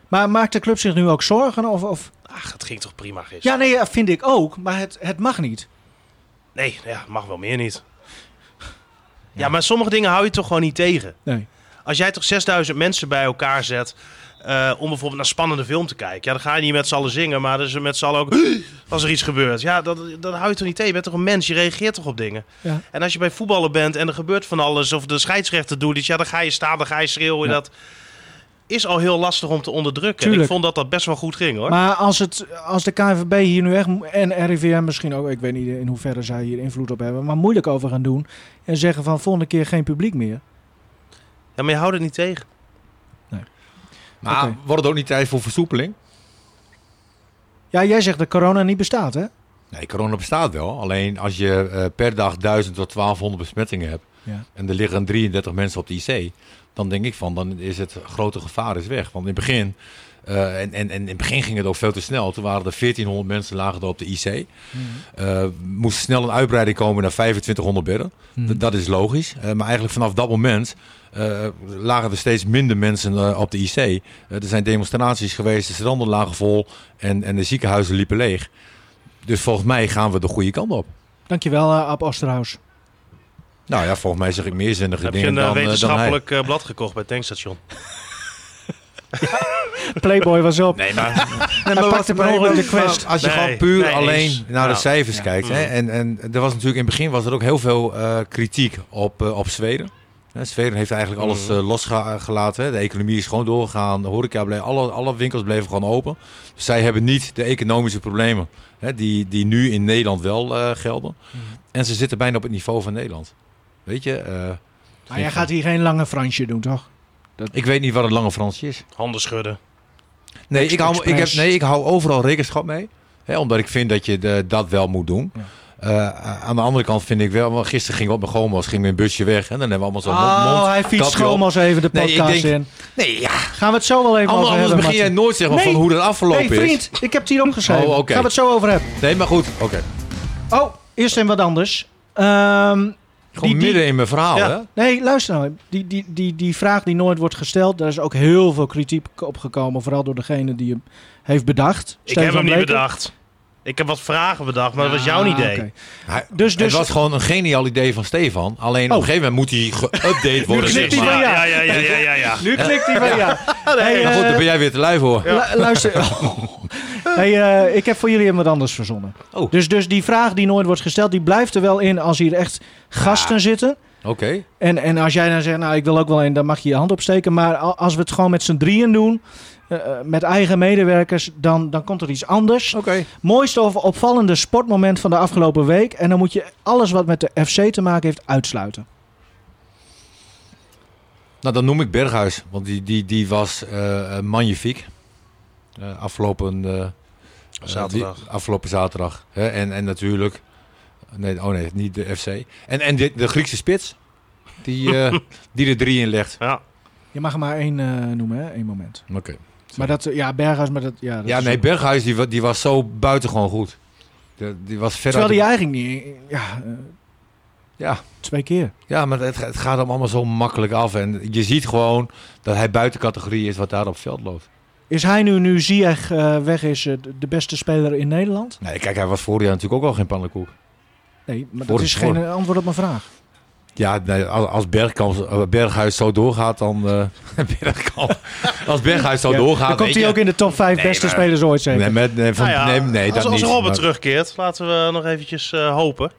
[SPEAKER 2] Maar maakt de club zich nu ook zorgen? Of, of...
[SPEAKER 3] Ach, het ging toch prima gisteren?
[SPEAKER 2] Ja, nee, ja, vind ik ook. Maar het, het mag niet.
[SPEAKER 3] Nee, nou ja, mag wel meer niet. Ja, maar sommige dingen hou je toch gewoon niet tegen.
[SPEAKER 2] Nee.
[SPEAKER 3] Als jij toch 6000 mensen bij elkaar zet eh, om bijvoorbeeld naar spannende film te kijken. Ja, dan ga je niet met z'n allen zingen, maar dan is er met z'n allen ook... Als er iets gebeurt. Ja, dat, dat hou je toch niet tegen. Je bent toch een mens, je reageert toch op dingen.
[SPEAKER 2] Ja.
[SPEAKER 3] En als je bij voetballen bent en er gebeurt van alles... of de scheidsrechter doet iets, ja, dan ga je staan, dan ga je schreeuwen.
[SPEAKER 2] Ja.
[SPEAKER 3] Dat is al heel lastig om te onderdrukken. En
[SPEAKER 2] Tuurlijk.
[SPEAKER 3] ik vond dat dat best wel goed ging, hoor.
[SPEAKER 2] Maar als, het, als de KNVB hier nu echt, en RIVM misschien ook, ik weet niet in hoeverre zij hier invloed op hebben, maar moeilijk over gaan doen. En zeggen van volgende keer geen publiek meer.
[SPEAKER 3] Ja, maar je houdt het niet tegen.
[SPEAKER 4] Maar
[SPEAKER 2] Oké.
[SPEAKER 4] wordt het ook niet tijd voor versoepeling?
[SPEAKER 2] Ja, jij zegt dat corona niet bestaat, hè?
[SPEAKER 4] Nee, corona bestaat wel. Alleen als je eh, per dag 1000 tot 1200 besmettingen hebt
[SPEAKER 2] Ja.
[SPEAKER 4] en er liggen 33 mensen op de IC, dan denk ik van, dan is het grote gevaar is weg. Want in het begin Eh, en, en, en in het begin ging het ook veel te snel. Toen waren er 1400 mensen lagen er op de IC. Eh, moest snel een uitbreiding komen naar 2500 bedden. D- Dat is logisch. Eh, maar eigenlijk vanaf dat moment eh, lagen er steeds minder mensen eh, op de IC. Eh, er zijn demonstraties geweest, de stranden lagen vol en, en de ziekenhuizen liepen leeg. Dus volgens mij gaan we de goede kant op.
[SPEAKER 2] Dankjewel, eh Ab Osterhaus.
[SPEAKER 4] Nou ja, volgens mij zeg ik meer zinnige
[SPEAKER 3] Heb je
[SPEAKER 4] dingen
[SPEAKER 3] een eh,
[SPEAKER 4] dan, eh, dan hij.
[SPEAKER 3] wetenschappelijk eh, blad gekocht bij het tankstation?
[SPEAKER 2] Playboy was op.
[SPEAKER 4] Nee, maar, nee,
[SPEAKER 2] Hij pakte per ongeluk de quest.
[SPEAKER 4] Als je
[SPEAKER 3] Nou, Nee,
[SPEAKER 4] gewoon puur
[SPEAKER 3] nee, eens. Nou.
[SPEAKER 4] alleen naar de
[SPEAKER 3] Ja. Mm.
[SPEAKER 4] cijfers kijkt. Hè, en, en er was natuurlijk in het begin was er ook heel veel eh, kritiek op, eh, op Zweden. Hè, Zweden heeft eigenlijk alles
[SPEAKER 3] Mm.
[SPEAKER 4] eh, losgelaten. Hè. De economie is gewoon doorgegaan. De horeca bleef, alle, alle winkels bleven gewoon open. Dus zij hebben niet de economische problemen hè, die, die nu in Nederland wel eh, gelden.
[SPEAKER 3] Mm.
[SPEAKER 4] En ze zitten bijna op het niveau van Nederland. Weet je, eh,
[SPEAKER 2] Maar jij gaat hier geen lange Fransje doen, toch?
[SPEAKER 4] ik weet niet wat het lange Fransje is.
[SPEAKER 3] Handen schudden.
[SPEAKER 4] Nee, ik hou, ik, heb,
[SPEAKER 2] Express.
[SPEAKER 4] nee ik hou overal rekenschap mee. Hè, omdat ik vind dat je de, dat wel moet doen. Eh, aan de andere kant vind ik wel... Want gisteren ging ik op mijn gomo's, ging mijn busje weg. En dan hebben we allemaal zo'n mond-
[SPEAKER 2] Oh,
[SPEAKER 4] mond.
[SPEAKER 2] hij fietst
[SPEAKER 4] kapje op.
[SPEAKER 2] gewoon als even de
[SPEAKER 4] Nee, ik
[SPEAKER 2] podcast
[SPEAKER 4] denk-
[SPEAKER 2] in.
[SPEAKER 4] Nee, ja.
[SPEAKER 2] Gaan we het zo wel even
[SPEAKER 4] Anders,
[SPEAKER 2] over
[SPEAKER 4] anders
[SPEAKER 2] hebben,
[SPEAKER 4] begin jij
[SPEAKER 2] Martin.
[SPEAKER 4] nooit zeg maar,
[SPEAKER 2] Nee.
[SPEAKER 4] van hoe dat afgelopen
[SPEAKER 2] Hey vriend, ik heb het hier omgeschreven.
[SPEAKER 4] Oh, oké.
[SPEAKER 2] Gaan we het zo over hebben.
[SPEAKER 4] is. Nee, maar goed. Oké.
[SPEAKER 2] Oh, eerst even wat anders. Ehm,
[SPEAKER 4] Gewoon
[SPEAKER 2] die- die-
[SPEAKER 4] midden in mijn verhaal,
[SPEAKER 3] Ja.
[SPEAKER 4] hè?
[SPEAKER 2] Nee, luister nou. Die, die, die, die vraag die nooit wordt gesteld, daar is ook heel veel kritiek op gekomen. Vooral door degene die hem heeft bedacht.
[SPEAKER 3] Ik heb
[SPEAKER 2] Stefan
[SPEAKER 3] hem niet
[SPEAKER 2] Bleker.
[SPEAKER 3] bedacht. Ik heb wat vragen bedacht, maar dat was jouw
[SPEAKER 2] Ah,
[SPEAKER 3] idee.
[SPEAKER 2] oké.
[SPEAKER 4] Hij-
[SPEAKER 2] Dus- dus-
[SPEAKER 4] het was gewoon een geniaal idee van Stefan. Alleen
[SPEAKER 2] Oh.
[SPEAKER 4] op een gegeven moment moet hij geüpdate worden.
[SPEAKER 2] knikt
[SPEAKER 4] zeg
[SPEAKER 2] hij
[SPEAKER 4] maar.
[SPEAKER 2] van
[SPEAKER 3] ja, ja, ja, ja, ja, ja.
[SPEAKER 2] Nu klikt hij van ja. Hey,
[SPEAKER 4] Maar goed,
[SPEAKER 2] eh,
[SPEAKER 4] dan ben jij weer te lui voor.
[SPEAKER 2] Lu- luister. Hey, eh, ik heb voor jullie hem wat anders verzonnen.
[SPEAKER 4] Oh.
[SPEAKER 2] Dus, dus die vraag die nooit wordt gesteld, die blijft er wel in als hier echt gasten zitten.
[SPEAKER 4] Oké.
[SPEAKER 2] En, en als jij dan zegt, nou ik wil ook wel in, dan mag je je hand opsteken. Maar al- als we het gewoon met z'n drieën doen, eh, eh, met eigen medewerkers, dan, dan komt er iets anders.
[SPEAKER 4] Oké.
[SPEAKER 2] Mooiste of opvallende sportmoment van de afgelopen week. En dan moet je alles wat met de FC te maken heeft uitsluiten.
[SPEAKER 4] Nou, dan noem ik Berghuis, want die, die, die was eh, eh, magnifiek. Eh, afgelopen, eh, eh,
[SPEAKER 3] Zaterdag.
[SPEAKER 4] die- afgelopen zaterdag. Hè? En, en natuurlijk, nee, oh nee, niet de FC. En, en de, de Griekse spits, die, eh, die er drie in legt.
[SPEAKER 3] Ja.
[SPEAKER 2] Je mag er maar één eh, noemen, hè? één moment.
[SPEAKER 4] Oké.
[SPEAKER 2] Maar dat, eh, ja, Berghuis, maar dat, ja. Dat
[SPEAKER 4] Ja,
[SPEAKER 2] is-
[SPEAKER 4] nee, Berghuis die, wa- die was zo buitengewoon goed. De- die was verder.
[SPEAKER 2] Terwijl hij eigenlijk niet, ja, eh,
[SPEAKER 4] Ja,
[SPEAKER 2] twee keer.
[SPEAKER 4] ja maar het, het gaat hem allemaal zo makkelijk af. En je ziet gewoon dat hij buiten categorie is wat daar op het veld loopt.
[SPEAKER 2] Is hij nu, nu Ziyech eh, weg is, eh, de beste speler in Nederland?
[SPEAKER 4] Nee, kijk, hij was vorig jaar natuurlijk ook al geen pannenkoek.
[SPEAKER 2] Nee, maar dat
[SPEAKER 4] Voor- Oh,
[SPEAKER 2] is
[SPEAKER 4] voor-
[SPEAKER 2] geen eh, antwoord op mijn vraag.
[SPEAKER 4] Ja, nee, als als Bergkamp- eh, Berghuis zo doorgaat, dan. eh, Bergkamp. Als Berghuis zo
[SPEAKER 2] Ja,
[SPEAKER 4] doorgaat.
[SPEAKER 2] dan komt
[SPEAKER 4] weet
[SPEAKER 2] hij
[SPEAKER 4] je-
[SPEAKER 2] ook in de top 5
[SPEAKER 4] Nee,
[SPEAKER 2] beste
[SPEAKER 4] maar-
[SPEAKER 2] spelers ooit zeker.
[SPEAKER 4] Nee, met, nee, van,
[SPEAKER 3] Nou ja,
[SPEAKER 4] nee, nee,
[SPEAKER 3] als
[SPEAKER 4] dat
[SPEAKER 3] als
[SPEAKER 4] niet.
[SPEAKER 3] Robert
[SPEAKER 4] Maar
[SPEAKER 3] terugkeert, laten we nog eventjes eh, hopen.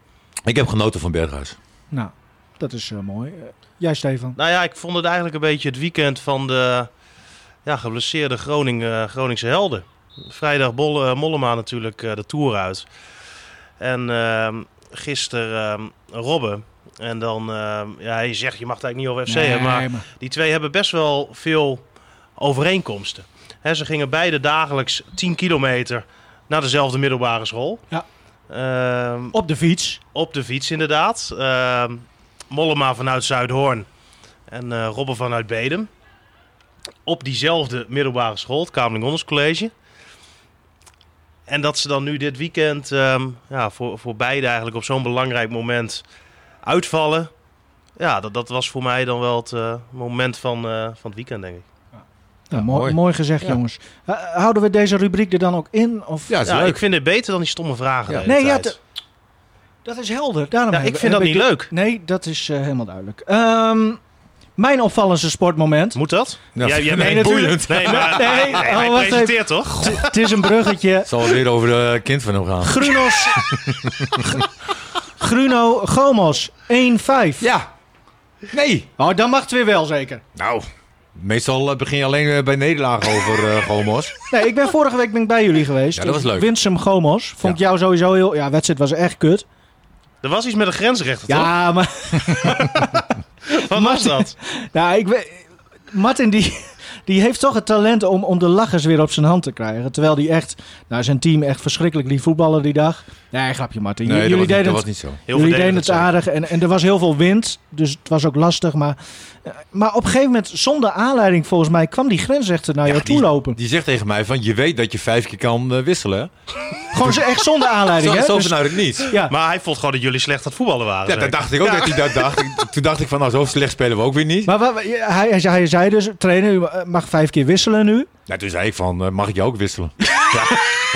[SPEAKER 4] Ik heb genoten van Berghuis.
[SPEAKER 2] Nou, dat is eh, mooi. Eh, jij Stefan?
[SPEAKER 3] Nou ja, ik vond het eigenlijk een beetje het weekend van de ja, geblesseerde Groningen, Groningse helden. Vrijdag Bolle, Mollema natuurlijk eh, de Tour uit. En ehm gisteren ehm Robben. En dan, ehm, ja, hij zegt je mag het eigenlijk niet over FC
[SPEAKER 2] Nee,
[SPEAKER 3] hebben, maar die twee hebben best wel veel overeenkomsten. Hè, ze gingen beide dagelijks 10 kilometer naar dezelfde middelbare school.
[SPEAKER 2] Ja.
[SPEAKER 3] Ehm,
[SPEAKER 2] Op de fiets.
[SPEAKER 3] op de fiets, inderdaad. Ehm, Mollema vanuit Zuidhoorn en eh Robben vanuit Bedem. Op diezelfde middelbare school, het Kamerling Onders College. En dat ze dan nu dit weekend ehm, ja, voor, voor beide eigenlijk op zo'n belangrijk moment uitvallen. Ja, dat, dat was voor mij dan wel het eh, moment van, eh, van het weekend, denk ik.
[SPEAKER 2] Nou, mooi,
[SPEAKER 4] mooi.
[SPEAKER 2] mooi gezegd, jongens. Eh, houden we deze rubriek er dan ook in? Of?
[SPEAKER 4] Ja, dat is
[SPEAKER 3] Ja, ik
[SPEAKER 4] leuk.
[SPEAKER 3] vind het beter dan die stomme vragen.
[SPEAKER 4] Ja.
[SPEAKER 3] de hele
[SPEAKER 2] Nee, ja,
[SPEAKER 3] tijd.
[SPEAKER 2] te- Dat is helder. Daarom
[SPEAKER 3] Ja,
[SPEAKER 2] heb-
[SPEAKER 3] ik vind
[SPEAKER 2] heb
[SPEAKER 3] dat niet
[SPEAKER 2] dit-
[SPEAKER 3] leuk.
[SPEAKER 2] Nee, dat is eh, helemaal duidelijk. Ehm, mijn opvallendste sportmoment.
[SPEAKER 3] Moet dat?
[SPEAKER 4] Ja.
[SPEAKER 3] Jij, jij
[SPEAKER 4] Nee,
[SPEAKER 3] bent
[SPEAKER 4] natuurlijk.
[SPEAKER 3] boeiend. Nee, maar
[SPEAKER 2] Nee,
[SPEAKER 3] hij, hij-
[SPEAKER 2] oh,
[SPEAKER 3] hij
[SPEAKER 2] wacht even.
[SPEAKER 3] presenteert toch?
[SPEAKER 2] Het is een bruggetje.
[SPEAKER 4] Het zal weer over de kind van hem gaan.
[SPEAKER 2] Grunos. Gruno Gomos, 1-5.
[SPEAKER 4] Ja. Nee.
[SPEAKER 2] Oh, dan mag het weer wel zeker.
[SPEAKER 4] Nou. Meestal eh, begin je alleen eh, bij nederlagen over eh Gomos.
[SPEAKER 2] Nee, ik ben vorige week ben ik bij jullie geweest.
[SPEAKER 4] Ja, dat was leuk.
[SPEAKER 2] Winsum Gomos. Vond ik
[SPEAKER 4] Ja.
[SPEAKER 2] jou sowieso heel... Ja, wedstrijd was echt kut.
[SPEAKER 3] Er was iets met een grensrechter, toch?
[SPEAKER 2] Ja, maar...
[SPEAKER 3] Wat was dat?
[SPEAKER 2] Nou, ik weet... Martin, die, die heeft toch het talent om, om de lachers weer op zijn hand te krijgen. Terwijl die echt... Nou, zijn team echt verschrikkelijk lief voetballen die dag. Nee, grapje, Martin.
[SPEAKER 4] Nee, dat
[SPEAKER 2] jullie
[SPEAKER 4] was, niet,
[SPEAKER 2] deden
[SPEAKER 4] dat
[SPEAKER 2] het,
[SPEAKER 4] was niet zo.
[SPEAKER 3] Heel
[SPEAKER 2] jullie deden
[SPEAKER 3] verdedigend
[SPEAKER 2] het
[SPEAKER 3] zijn.
[SPEAKER 2] aardig en, en er was heel veel wind, dus het was ook lastig. Maar, eh, maar op een gegeven moment, zonder aanleiding volgens mij, kwam die grensrechter naar
[SPEAKER 4] Ja,
[SPEAKER 2] jou toe
[SPEAKER 4] die,
[SPEAKER 2] lopen.
[SPEAKER 4] die zegt tegen mij van, je weet dat je vijf keer kan eh, wisselen. hè?
[SPEAKER 2] Gewoon zo- echt zonder aanleiding,
[SPEAKER 4] Zo,
[SPEAKER 2] hè?
[SPEAKER 4] zo
[SPEAKER 2] Dus-
[SPEAKER 4] benauwd ik niet.
[SPEAKER 2] ja.
[SPEAKER 3] Maar hij vond gewoon dat jullie slecht aan het voetballen waren.
[SPEAKER 4] Ja,
[SPEAKER 3] zeker?
[SPEAKER 4] dat dacht ik ook dat hij dat dacht. Ik- Toen dacht ik van, nou zo slecht spelen we ook weer niet.
[SPEAKER 2] Maar wa- wa- hij, hij, hij zei dus, trainer, u eh, mag vijf keer wisselen nu.
[SPEAKER 4] Nou, toen zei ik van, eh, mag ik jou ook wisselen? Ja,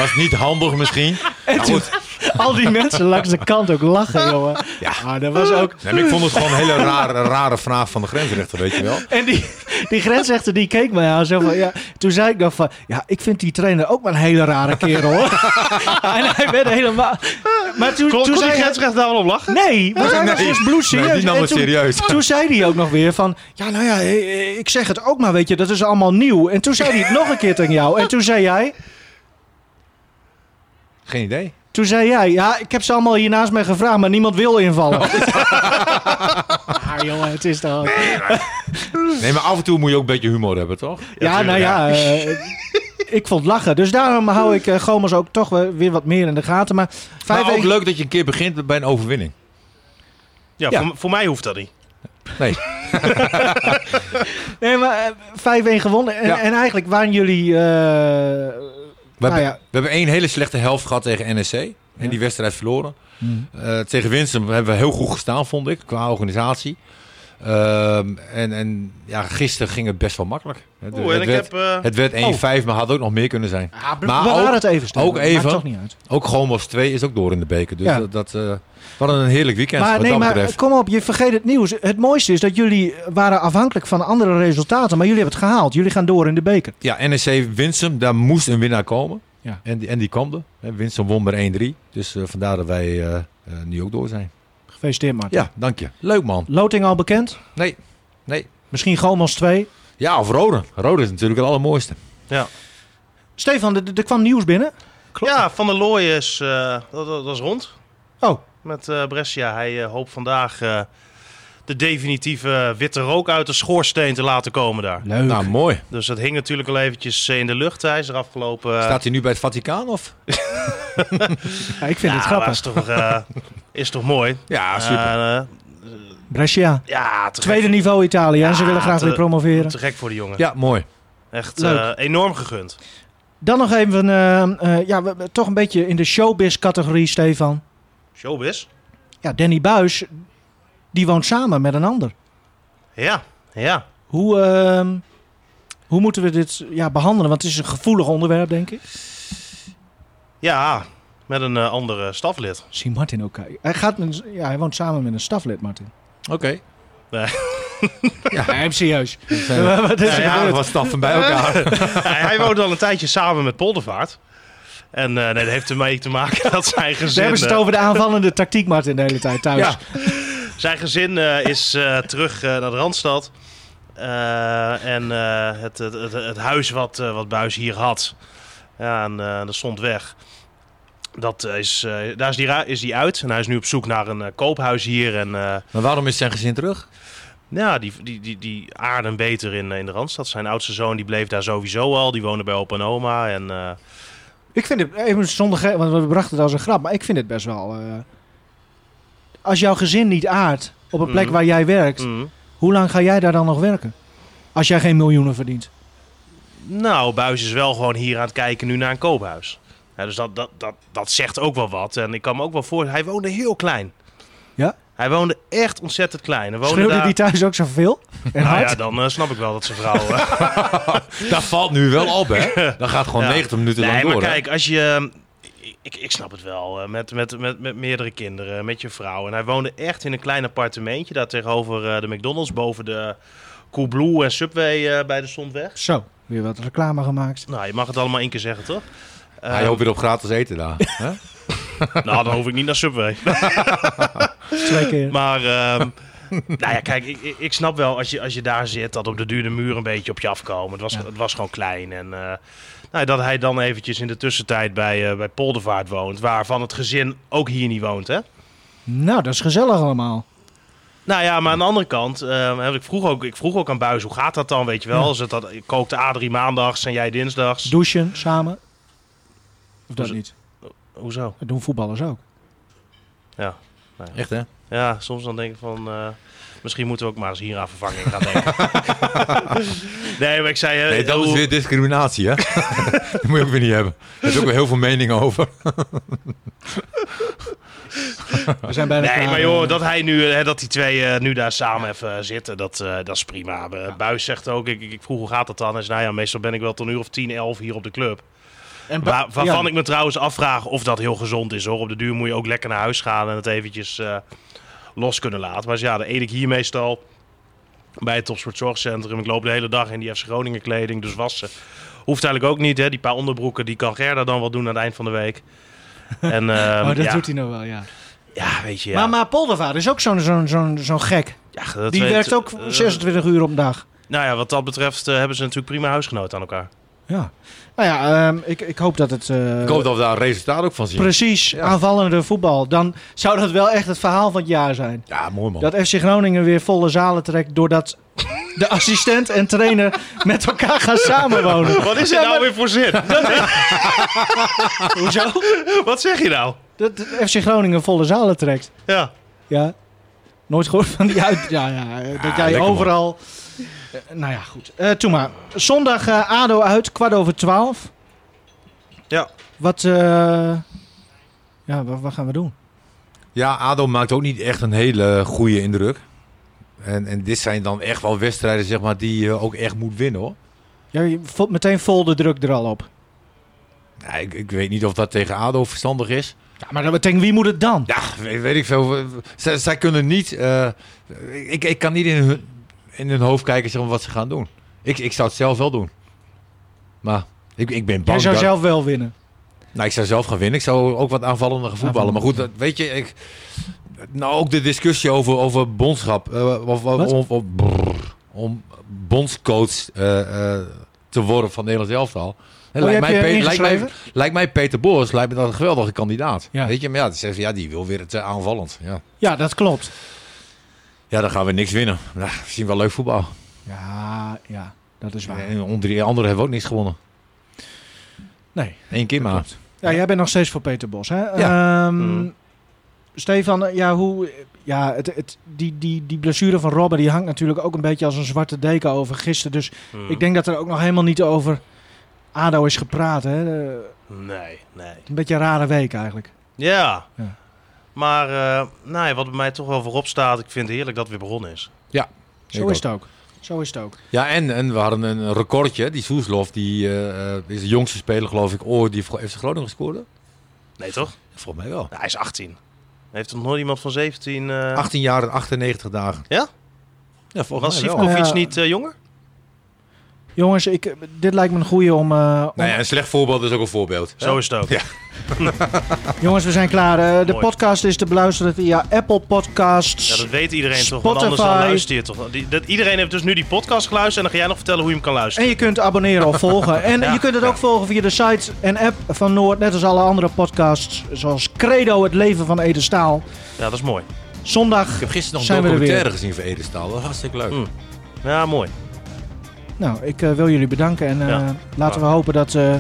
[SPEAKER 4] was niet handig misschien. Maar goed,
[SPEAKER 2] Al die mensen langs de kant ook lachen, jongen.
[SPEAKER 4] Ja.
[SPEAKER 2] Ah, dat was ook...
[SPEAKER 4] nee, maar ik vond het gewoon een hele rare, rare vraag van de grensrechter, weet je wel.
[SPEAKER 2] En die, die grensrechter die keek mij aan. Zo van, ja, toen zei ik nog van... Ja, ik vind die trainer ook maar een hele rare kerel. hoor. en hij werd helemaal... Maar toen, toen
[SPEAKER 3] Kon, kon die
[SPEAKER 2] zei hij...
[SPEAKER 3] grensrechter daar wel om lachen?
[SPEAKER 2] Nee, want hij was
[SPEAKER 4] Nee.
[SPEAKER 2] dus bloedserieus.
[SPEAKER 4] Nee, die nam
[SPEAKER 2] En
[SPEAKER 4] het
[SPEAKER 2] toen-
[SPEAKER 4] serieus.
[SPEAKER 2] Toen zei hij ook nog weer van... Ja, nou ja, eh, eh, ik zeg het ook maar, weet je. Dat is allemaal nieuw. En toen zei hij het nog een keer tegen jou. En toen zei jij...
[SPEAKER 4] Geen idee.
[SPEAKER 2] Toen zei jij, ja, ik heb ze allemaal hier naast mij gevraagd, maar niemand wil invallen. ah, jongen, het is toch...
[SPEAKER 4] Nee, maar af en toe moet je ook een beetje humor hebben, toch?
[SPEAKER 2] Ja, nou ja, eh, ik vond lachen. Dus daarom hou ik eh Gomes ook toch wel weer wat meer in de gaten. Maar, vijf
[SPEAKER 4] Maar ook leuk dat je een keer begint bij een overwinning.
[SPEAKER 3] Ja,
[SPEAKER 2] Ja.
[SPEAKER 3] Voor, voor mij hoeft dat niet.
[SPEAKER 4] Nee,
[SPEAKER 2] nee, maar eh, 5-1 gewonnen. En,
[SPEAKER 4] Ja.
[SPEAKER 2] en eigenlijk waren jullie... eh,
[SPEAKER 4] we,
[SPEAKER 2] Nou
[SPEAKER 4] hebben,
[SPEAKER 2] ja.
[SPEAKER 4] we hebben één hele slechte helft gehad tegen NEC. En
[SPEAKER 2] Ja. Mm.
[SPEAKER 4] die wedstrijd verloren. Eh, tegen Winsum hebben we heel goed gestaan, vond ik, qua organisatie. Ehm, en, en ja, gisteren ging het best wel makkelijk. Het,
[SPEAKER 3] Oeh, en
[SPEAKER 4] het
[SPEAKER 3] ik
[SPEAKER 4] werd,
[SPEAKER 3] heb... eh,
[SPEAKER 4] het werd 1-5, maar had ook nog meer kunnen zijn.
[SPEAKER 2] ah,
[SPEAKER 4] Maar
[SPEAKER 2] we
[SPEAKER 4] ook-
[SPEAKER 2] waren het even stil.
[SPEAKER 4] ook
[SPEAKER 2] Maakt
[SPEAKER 4] even.
[SPEAKER 2] toch niet uit.
[SPEAKER 4] Ook Gromos 2 is ook door in de beker. Dus
[SPEAKER 2] Ja.
[SPEAKER 4] dat, dat, eh, we hadden een heerlijk weekend
[SPEAKER 2] maar
[SPEAKER 4] wat
[SPEAKER 2] nee,
[SPEAKER 4] dat
[SPEAKER 2] maar
[SPEAKER 4] betreft.
[SPEAKER 2] kom op, je vergeet het nieuws. Het mooiste is dat jullie waren afhankelijk van andere resultaten. Maar jullie hebben het gehaald. Jullie gaan door in de beker.
[SPEAKER 4] Ja, NEC Winsum, daar moest een winnaar komen.
[SPEAKER 2] Ja.
[SPEAKER 4] En, die, en die kwam er. Hè, Winsum won met 1-3. Dus eh, vandaar dat wij eh, eh, nu ook door zijn.
[SPEAKER 2] Gefeliciteerd, Mark.
[SPEAKER 4] Ja, dank je. Leuk man.
[SPEAKER 2] Loting al bekend?
[SPEAKER 4] Nee, nee.
[SPEAKER 2] Misschien Gomes 2.
[SPEAKER 4] Ja, of Rode. Rode is natuurlijk het allermooiste.
[SPEAKER 2] Stefan, er- er kwam nieuws binnen.
[SPEAKER 3] Ja, Van der Looy is... eh, dat, dat dat is rond.
[SPEAKER 2] Oh.
[SPEAKER 3] Met eh, Brescia. Hij eh, hoopt vandaag eh, de definitieve witte rook uit de schoorsteen te laten komen daar.
[SPEAKER 2] Leuk.
[SPEAKER 4] Nou, mooi.
[SPEAKER 3] Dus dat hing natuurlijk al eventjes eh, in de lucht. Hij is er afgelopen... eh,
[SPEAKER 4] Staat hij nu bij het Vaticaan of?
[SPEAKER 2] Ja, ik vind
[SPEAKER 3] ja,
[SPEAKER 2] het
[SPEAKER 3] maar
[SPEAKER 2] grappig.
[SPEAKER 3] Is Ah, toch, eh, is toch mooi?
[SPEAKER 4] Ja, super.
[SPEAKER 3] Eh,
[SPEAKER 2] Brescia.
[SPEAKER 3] ja, te
[SPEAKER 2] Tweede
[SPEAKER 3] gek,
[SPEAKER 2] niveau Italië. en ze
[SPEAKER 3] Ja,
[SPEAKER 2] willen graag
[SPEAKER 3] te-
[SPEAKER 2] weer promoveren.
[SPEAKER 3] te gek voor de jongen.
[SPEAKER 4] ja, mooi.
[SPEAKER 3] Echt
[SPEAKER 2] Leuk.
[SPEAKER 3] eh, enorm gegund.
[SPEAKER 2] Dan nog even, eh, eh, ja, we- we- toch een beetje in de showbiz-categorie, Stefan.
[SPEAKER 3] Showbiz.
[SPEAKER 2] Ja, Danny Buis, die woont samen met een ander.
[SPEAKER 3] Ja, ja.
[SPEAKER 2] Hoe, ehm, hoe moeten we dit ja, behandelen? Want het is een gevoelig onderwerp, denk ik.
[SPEAKER 3] Ja, met een eh, andere staflid.
[SPEAKER 2] Ik Zie Martin ook kijken. Hij, gaat met, ja, hij woont samen met een staflid, Martin.
[SPEAKER 4] Oké.
[SPEAKER 2] Ja, hem serieus.
[SPEAKER 4] Zijn
[SPEAKER 2] Wat is er
[SPEAKER 3] eh, ja,
[SPEAKER 2] gebeurd?
[SPEAKER 4] wat staffen bij elkaar.
[SPEAKER 3] hij, hij woonde al een tijdje samen met Poldervaart. En eh, nee, dat heeft ermee te maken dat zijn
[SPEAKER 2] Ze
[SPEAKER 3] gezin...
[SPEAKER 2] hebben het
[SPEAKER 3] eh,
[SPEAKER 2] over de aanvallende tactiek, Martin, de hele tijd thuis.
[SPEAKER 4] ja.
[SPEAKER 3] Zijn gezin eh, is eh, terug eh, naar de Randstad. Eh, en eh, het, het, het, het huis wat, eh, wat Buis hier had, ja, en, eh, dat stond weg. Dat is, eh, daar is die, ra- is die uit en hij is nu op zoek naar een eh, koophuis hier. En eh,
[SPEAKER 4] Maar waarom is zijn gezin terug?
[SPEAKER 3] ja, die, die, die, die aarden beter in, in de Randstad. Zijn oudste zoon die bleef daar sowieso al. Die woonde bij opa en oma. En, eh,
[SPEAKER 2] Ik vind het, even zonder, ge- want we brachten het als een grap, maar ik vind het best wel. eh, als jouw gezin niet aardt op een plek
[SPEAKER 3] Mhm.
[SPEAKER 2] waar jij werkt,
[SPEAKER 3] mm.
[SPEAKER 2] hoe lang ga jij daar dan nog werken? Als jij geen miljoenen verdient.
[SPEAKER 3] Nou, Buis is wel gewoon hier aan het kijken nu naar een koophuis. Ja, dus dat, dat, dat, dat zegt ook wel wat. En ik kan me ook wel voor. Hij woonde heel klein.
[SPEAKER 2] Ja?
[SPEAKER 3] Hij woonde echt ontzettend klein. Hij woonde
[SPEAKER 2] Schreeuwde
[SPEAKER 3] daar...
[SPEAKER 2] die thuis ook zoveel? En
[SPEAKER 3] Nou
[SPEAKER 2] hard?
[SPEAKER 3] ja, dan eh, snap ik wel dat zijn vrouw. eh,
[SPEAKER 4] Dat valt nu wel op, hè? Dat gaat gewoon
[SPEAKER 3] Ja.
[SPEAKER 4] 90 minuten
[SPEAKER 3] nee,
[SPEAKER 4] lang
[SPEAKER 3] maar
[SPEAKER 4] door. hè?
[SPEAKER 3] kijk, als je. eh, Ik, ik snap het wel. eh, Met, met, met, met meerdere kinderen, met je vrouw. En hij woonde echt in een klein appartementje. Daar tegenover eh, de McDonald's, boven de Coolblue en Subway eh, bij de Zondweg.
[SPEAKER 2] Zo, weer wat reclame gemaakt.
[SPEAKER 3] Nou, je mag het allemaal één keer zeggen, toch?
[SPEAKER 4] Hij
[SPEAKER 3] Eh,
[SPEAKER 4] hoopt weer op gratis eten daar. hè?
[SPEAKER 3] nou, dan hoef ik niet naar Subway.
[SPEAKER 2] Twee keer.
[SPEAKER 3] Maar, ehm, nou ja, kijk, ik, ik- ik snap wel als je, als je daar zit dat op de duur de muren een beetje op je afkomen. Het was, het was gewoon klein. En eh, nou, dat hij dan eventjes in de tussentijd bij, eh, bij Poldervaart woont, waarvan het gezin ook hier niet woont, hè?
[SPEAKER 2] nou, dat is gezellig allemaal.
[SPEAKER 3] Nou ja, maar aan de andere kant, eh, heb ik, vroeg ook, ik vroeg ook aan Buis, hoe gaat dat dan, weet je wel? Is het dat, kookt Adrie maandags en jij dinsdags?
[SPEAKER 2] Douchen samen. Of dat
[SPEAKER 3] Dus-
[SPEAKER 2] niet?
[SPEAKER 3] Hoezo?
[SPEAKER 2] Dat doen voetballers ook.
[SPEAKER 3] Ja.
[SPEAKER 4] Echt hè?
[SPEAKER 3] ja, soms dan denk ik van... eh, misschien moeten we ook maar eens hier aan vervanging gaan denken. nee, maar ik zei... eh,
[SPEAKER 4] Nee, dat is
[SPEAKER 3] hoe-
[SPEAKER 4] weer discriminatie hè? dat moet je ook weer niet hebben. Er is ook weer heel veel meningen over.
[SPEAKER 2] We zijn bijna
[SPEAKER 3] Nee,
[SPEAKER 2] klaar.
[SPEAKER 3] maar joh, dat hij nu, hè, dat die twee eh, nu daar samen even zitten, dat, eh, dat is prima. Eh, Buis zegt ook, ik, ik ik vroeg hoe gaat dat dan? Hij zei, nou ja, meestal ben ik wel tot een uur of 10, 11 hier op de club.
[SPEAKER 2] En ba-
[SPEAKER 3] Waar, waarvan
[SPEAKER 2] ja.
[SPEAKER 3] ik me trouwens afvraag of dat heel gezond is hoor. Op de duur moet je ook lekker naar huis gaan en het eventjes eh, los kunnen laten. Maar ja, dan eet ik hier meestal bij het topsportzorgcentrum. Ik loop de hele dag in die FC Groningen kleding, dus wassen. Hoeft eigenlijk ook niet, hè. Die paar onderbroeken, die kan Gerda dan wel doen aan het eind van de week. En, eh,
[SPEAKER 2] Oh, dat
[SPEAKER 3] ja,
[SPEAKER 2] doet hij nou wel, ja.
[SPEAKER 3] ja, weet je. Ja.
[SPEAKER 2] Maar, maar Poldervaart is ook zo'n zo'n zo'n zo'n gek.
[SPEAKER 3] Ja, dat
[SPEAKER 2] Die
[SPEAKER 3] weet-
[SPEAKER 2] werkt ook
[SPEAKER 3] eh,
[SPEAKER 2] 26 uur op een dag.
[SPEAKER 3] Nou ja, wat dat betreft eh, hebben ze natuurlijk prima huisgenoten aan elkaar.
[SPEAKER 2] Ja. Nou ja, ehm, ik, ik hoop dat het... eh,
[SPEAKER 4] Ik hoop dat we daar resultaat ook van zien.
[SPEAKER 2] Precies, aanvallende voetbal. Dan zou dat wel echt het verhaal van het jaar zijn.
[SPEAKER 4] Ja, mooi man.
[SPEAKER 2] Dat FC Groningen weer volle zalen trekt doordat de assistent en trainer met elkaar gaan samenwonen.
[SPEAKER 3] Wat is er
[SPEAKER 2] Ja,
[SPEAKER 3] nou
[SPEAKER 2] maar-
[SPEAKER 3] weer voor zin?
[SPEAKER 2] Hoezo?
[SPEAKER 3] wat zeg je nou?
[SPEAKER 2] Dat de FC Groningen volle zalen trekt.
[SPEAKER 3] Ja.
[SPEAKER 2] Ja. Nooit gehoord van die uit. Ja, ja, eh, dat jij
[SPEAKER 4] lekker, man.
[SPEAKER 2] overal. Eh, nou ja, goed. Eh toen maar. Zondag eh, ADO uit, kwart over twaalf.
[SPEAKER 3] Ja.
[SPEAKER 2] Wat, eh, ja, wat, wat gaan we doen?
[SPEAKER 4] Ja, ADO maakt ook niet echt een hele goede indruk. En, en dit zijn dan echt wel wedstrijden zeg maar, die je ook echt moet winnen hoor.
[SPEAKER 2] Ja, je voelt meteen vol de druk er al op.
[SPEAKER 4] Ja, ik, ik weet niet of dat tegen ADO verstandig is.
[SPEAKER 2] Ja, maar dat betekent, wie moet het dan?
[SPEAKER 4] Ja, weet, weet ik veel. Zij, zij kunnen niet... eh, ik, ik kan niet in hun, in hun hoofd kijken zeg maar, wat ze gaan doen. Ik, ik zou het zelf wel doen. Maar ik, ik ben
[SPEAKER 2] Jij
[SPEAKER 4] bang
[SPEAKER 2] zou
[SPEAKER 4] dat-
[SPEAKER 2] zelf wel winnen.
[SPEAKER 4] Nou, ik zou zelf gaan winnen. Ik zou ook wat aanvallender gaan voetballen. Maar goed, dat, weet je, ik, nou ook de discussie over, over bondschap. eh, of, of,
[SPEAKER 2] Wat?
[SPEAKER 4] of- of- brrr, om bondscoach eh, eh, te worden van Nederland elftal. Hè,
[SPEAKER 2] Oh,
[SPEAKER 4] lijkt,
[SPEAKER 2] heb je
[SPEAKER 4] mij Pe- lijkt, mij,
[SPEAKER 2] ingeschreven?
[SPEAKER 4] lijkt mij Peter Boris lijkt me dat een geweldige kandidaat.
[SPEAKER 2] Ja.
[SPEAKER 4] Weet je, maar ja, ze zeggen, ja, die wil weer te aanvallend. Ja.
[SPEAKER 2] Ja, dat klopt.
[SPEAKER 4] ja, dan gaan we niks winnen. Nou, we zien wel leuk voetbal.
[SPEAKER 2] Ja, ja, dat is waar.
[SPEAKER 4] En onder die anderen hebben we ook niks gewonnen.
[SPEAKER 2] Nee.
[SPEAKER 4] Eén keer maar.
[SPEAKER 2] Ja, jij bent nog steeds voor Peter Bos, hè? Ehm,
[SPEAKER 3] Mm.
[SPEAKER 2] Stefan, eh, ja, hoe, ja het, het, die, die, die blessure van Robben die hangt natuurlijk ook een beetje als een zwarte deken over gisteren. Dus
[SPEAKER 3] Hmm.
[SPEAKER 2] ik denk dat er ook nog helemaal niet over ADO is gepraat. Hè? Eh,
[SPEAKER 3] Nee, nee.
[SPEAKER 2] Een beetje een rare week eigenlijk.
[SPEAKER 3] Ja.
[SPEAKER 2] Ja.
[SPEAKER 3] Maar eh, nou ja, wat bij mij toch wel voorop staat, ik vind het heerlijk dat het weer begonnen is.
[SPEAKER 2] Zo
[SPEAKER 4] Ik
[SPEAKER 2] is
[SPEAKER 4] ook.
[SPEAKER 2] het ook. Zo is het ook.
[SPEAKER 4] Ja, en, en we hadden een recordje. Die Soeslof, die eh, eh, is de jongste speler geloof ik ooit die voor FC Groningen gescoord.
[SPEAKER 3] Nee toch?
[SPEAKER 4] Volgens mij wel.
[SPEAKER 3] Ja, hij is 18. Heeft nog nooit iemand van 17? eh
[SPEAKER 4] 18 jaar en 98 dagen.
[SPEAKER 3] Ja?
[SPEAKER 4] Ja, volgens
[SPEAKER 3] Was
[SPEAKER 4] mij wel.
[SPEAKER 2] Sivkovic-
[SPEAKER 3] Sivkovic
[SPEAKER 2] Ja.
[SPEAKER 3] niet eh, jonger?
[SPEAKER 2] Jongens, ik, eh, dit lijkt me een goeie om... eh, om-
[SPEAKER 4] Nou ja, een slecht voorbeeld is ook een voorbeeld.
[SPEAKER 3] Zo is het ook.
[SPEAKER 4] Ja.
[SPEAKER 2] Jongens, we zijn klaar. Eh, de
[SPEAKER 3] Mooi.
[SPEAKER 2] podcast is te beluisteren via Apple Podcasts.
[SPEAKER 3] Ja, dat weet iedereen toch, want anders dan
[SPEAKER 2] Spotify.
[SPEAKER 3] luister je toch. Die, dat, iedereen heeft dus nu die podcast geluisterd en dan ga jij nog vertellen hoe je hem kan luisteren.
[SPEAKER 2] En je kunt abonneren of volgen. En
[SPEAKER 3] Ja,
[SPEAKER 2] je kunt het ook volgen via de site en app van Noord. Net als alle andere podcasts. Zoals Credo, het leven van Ede Staal.
[SPEAKER 3] Ja, dat is mooi.
[SPEAKER 2] Zondag
[SPEAKER 4] Ik heb gisteren nog een
[SPEAKER 2] zijn we er
[SPEAKER 4] documentaire
[SPEAKER 2] weer.
[SPEAKER 4] gezien van Edestaal. Dat was hartstikke leuk.
[SPEAKER 3] Mm. Ja, mooi.
[SPEAKER 2] Nou, ik eh, wil jullie bedanken. En eh,
[SPEAKER 3] Ja.
[SPEAKER 2] laten we hopen dat eh,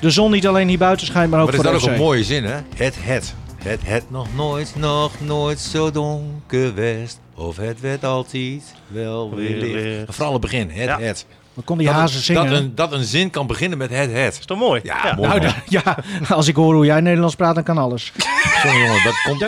[SPEAKER 2] de zon niet alleen hier buiten schijnt, maar ook
[SPEAKER 4] Maar dat
[SPEAKER 2] voor
[SPEAKER 4] is
[SPEAKER 2] de
[SPEAKER 4] ook
[SPEAKER 2] FC.
[SPEAKER 4] een mooie zin, hè? Het, het. Het, het nog nooit, nog nooit zo donker west. Of het werd altijd wel weer
[SPEAKER 3] Weer
[SPEAKER 4] licht.
[SPEAKER 3] licht.
[SPEAKER 4] Maar Vooral het begin, het,
[SPEAKER 3] Ja.
[SPEAKER 4] het.
[SPEAKER 2] Dan kon die
[SPEAKER 4] Dat-
[SPEAKER 2] hazen zingen.
[SPEAKER 4] Dat een, dat een zin kan beginnen met het, het.
[SPEAKER 3] Is toch mooi?
[SPEAKER 4] Ja, mooi.
[SPEAKER 2] Nou,
[SPEAKER 4] man.
[SPEAKER 2] da- ja, als ik hoor hoe jij Nederlands praat, dan kan alles.
[SPEAKER 4] Sorry, jongen, dat komt...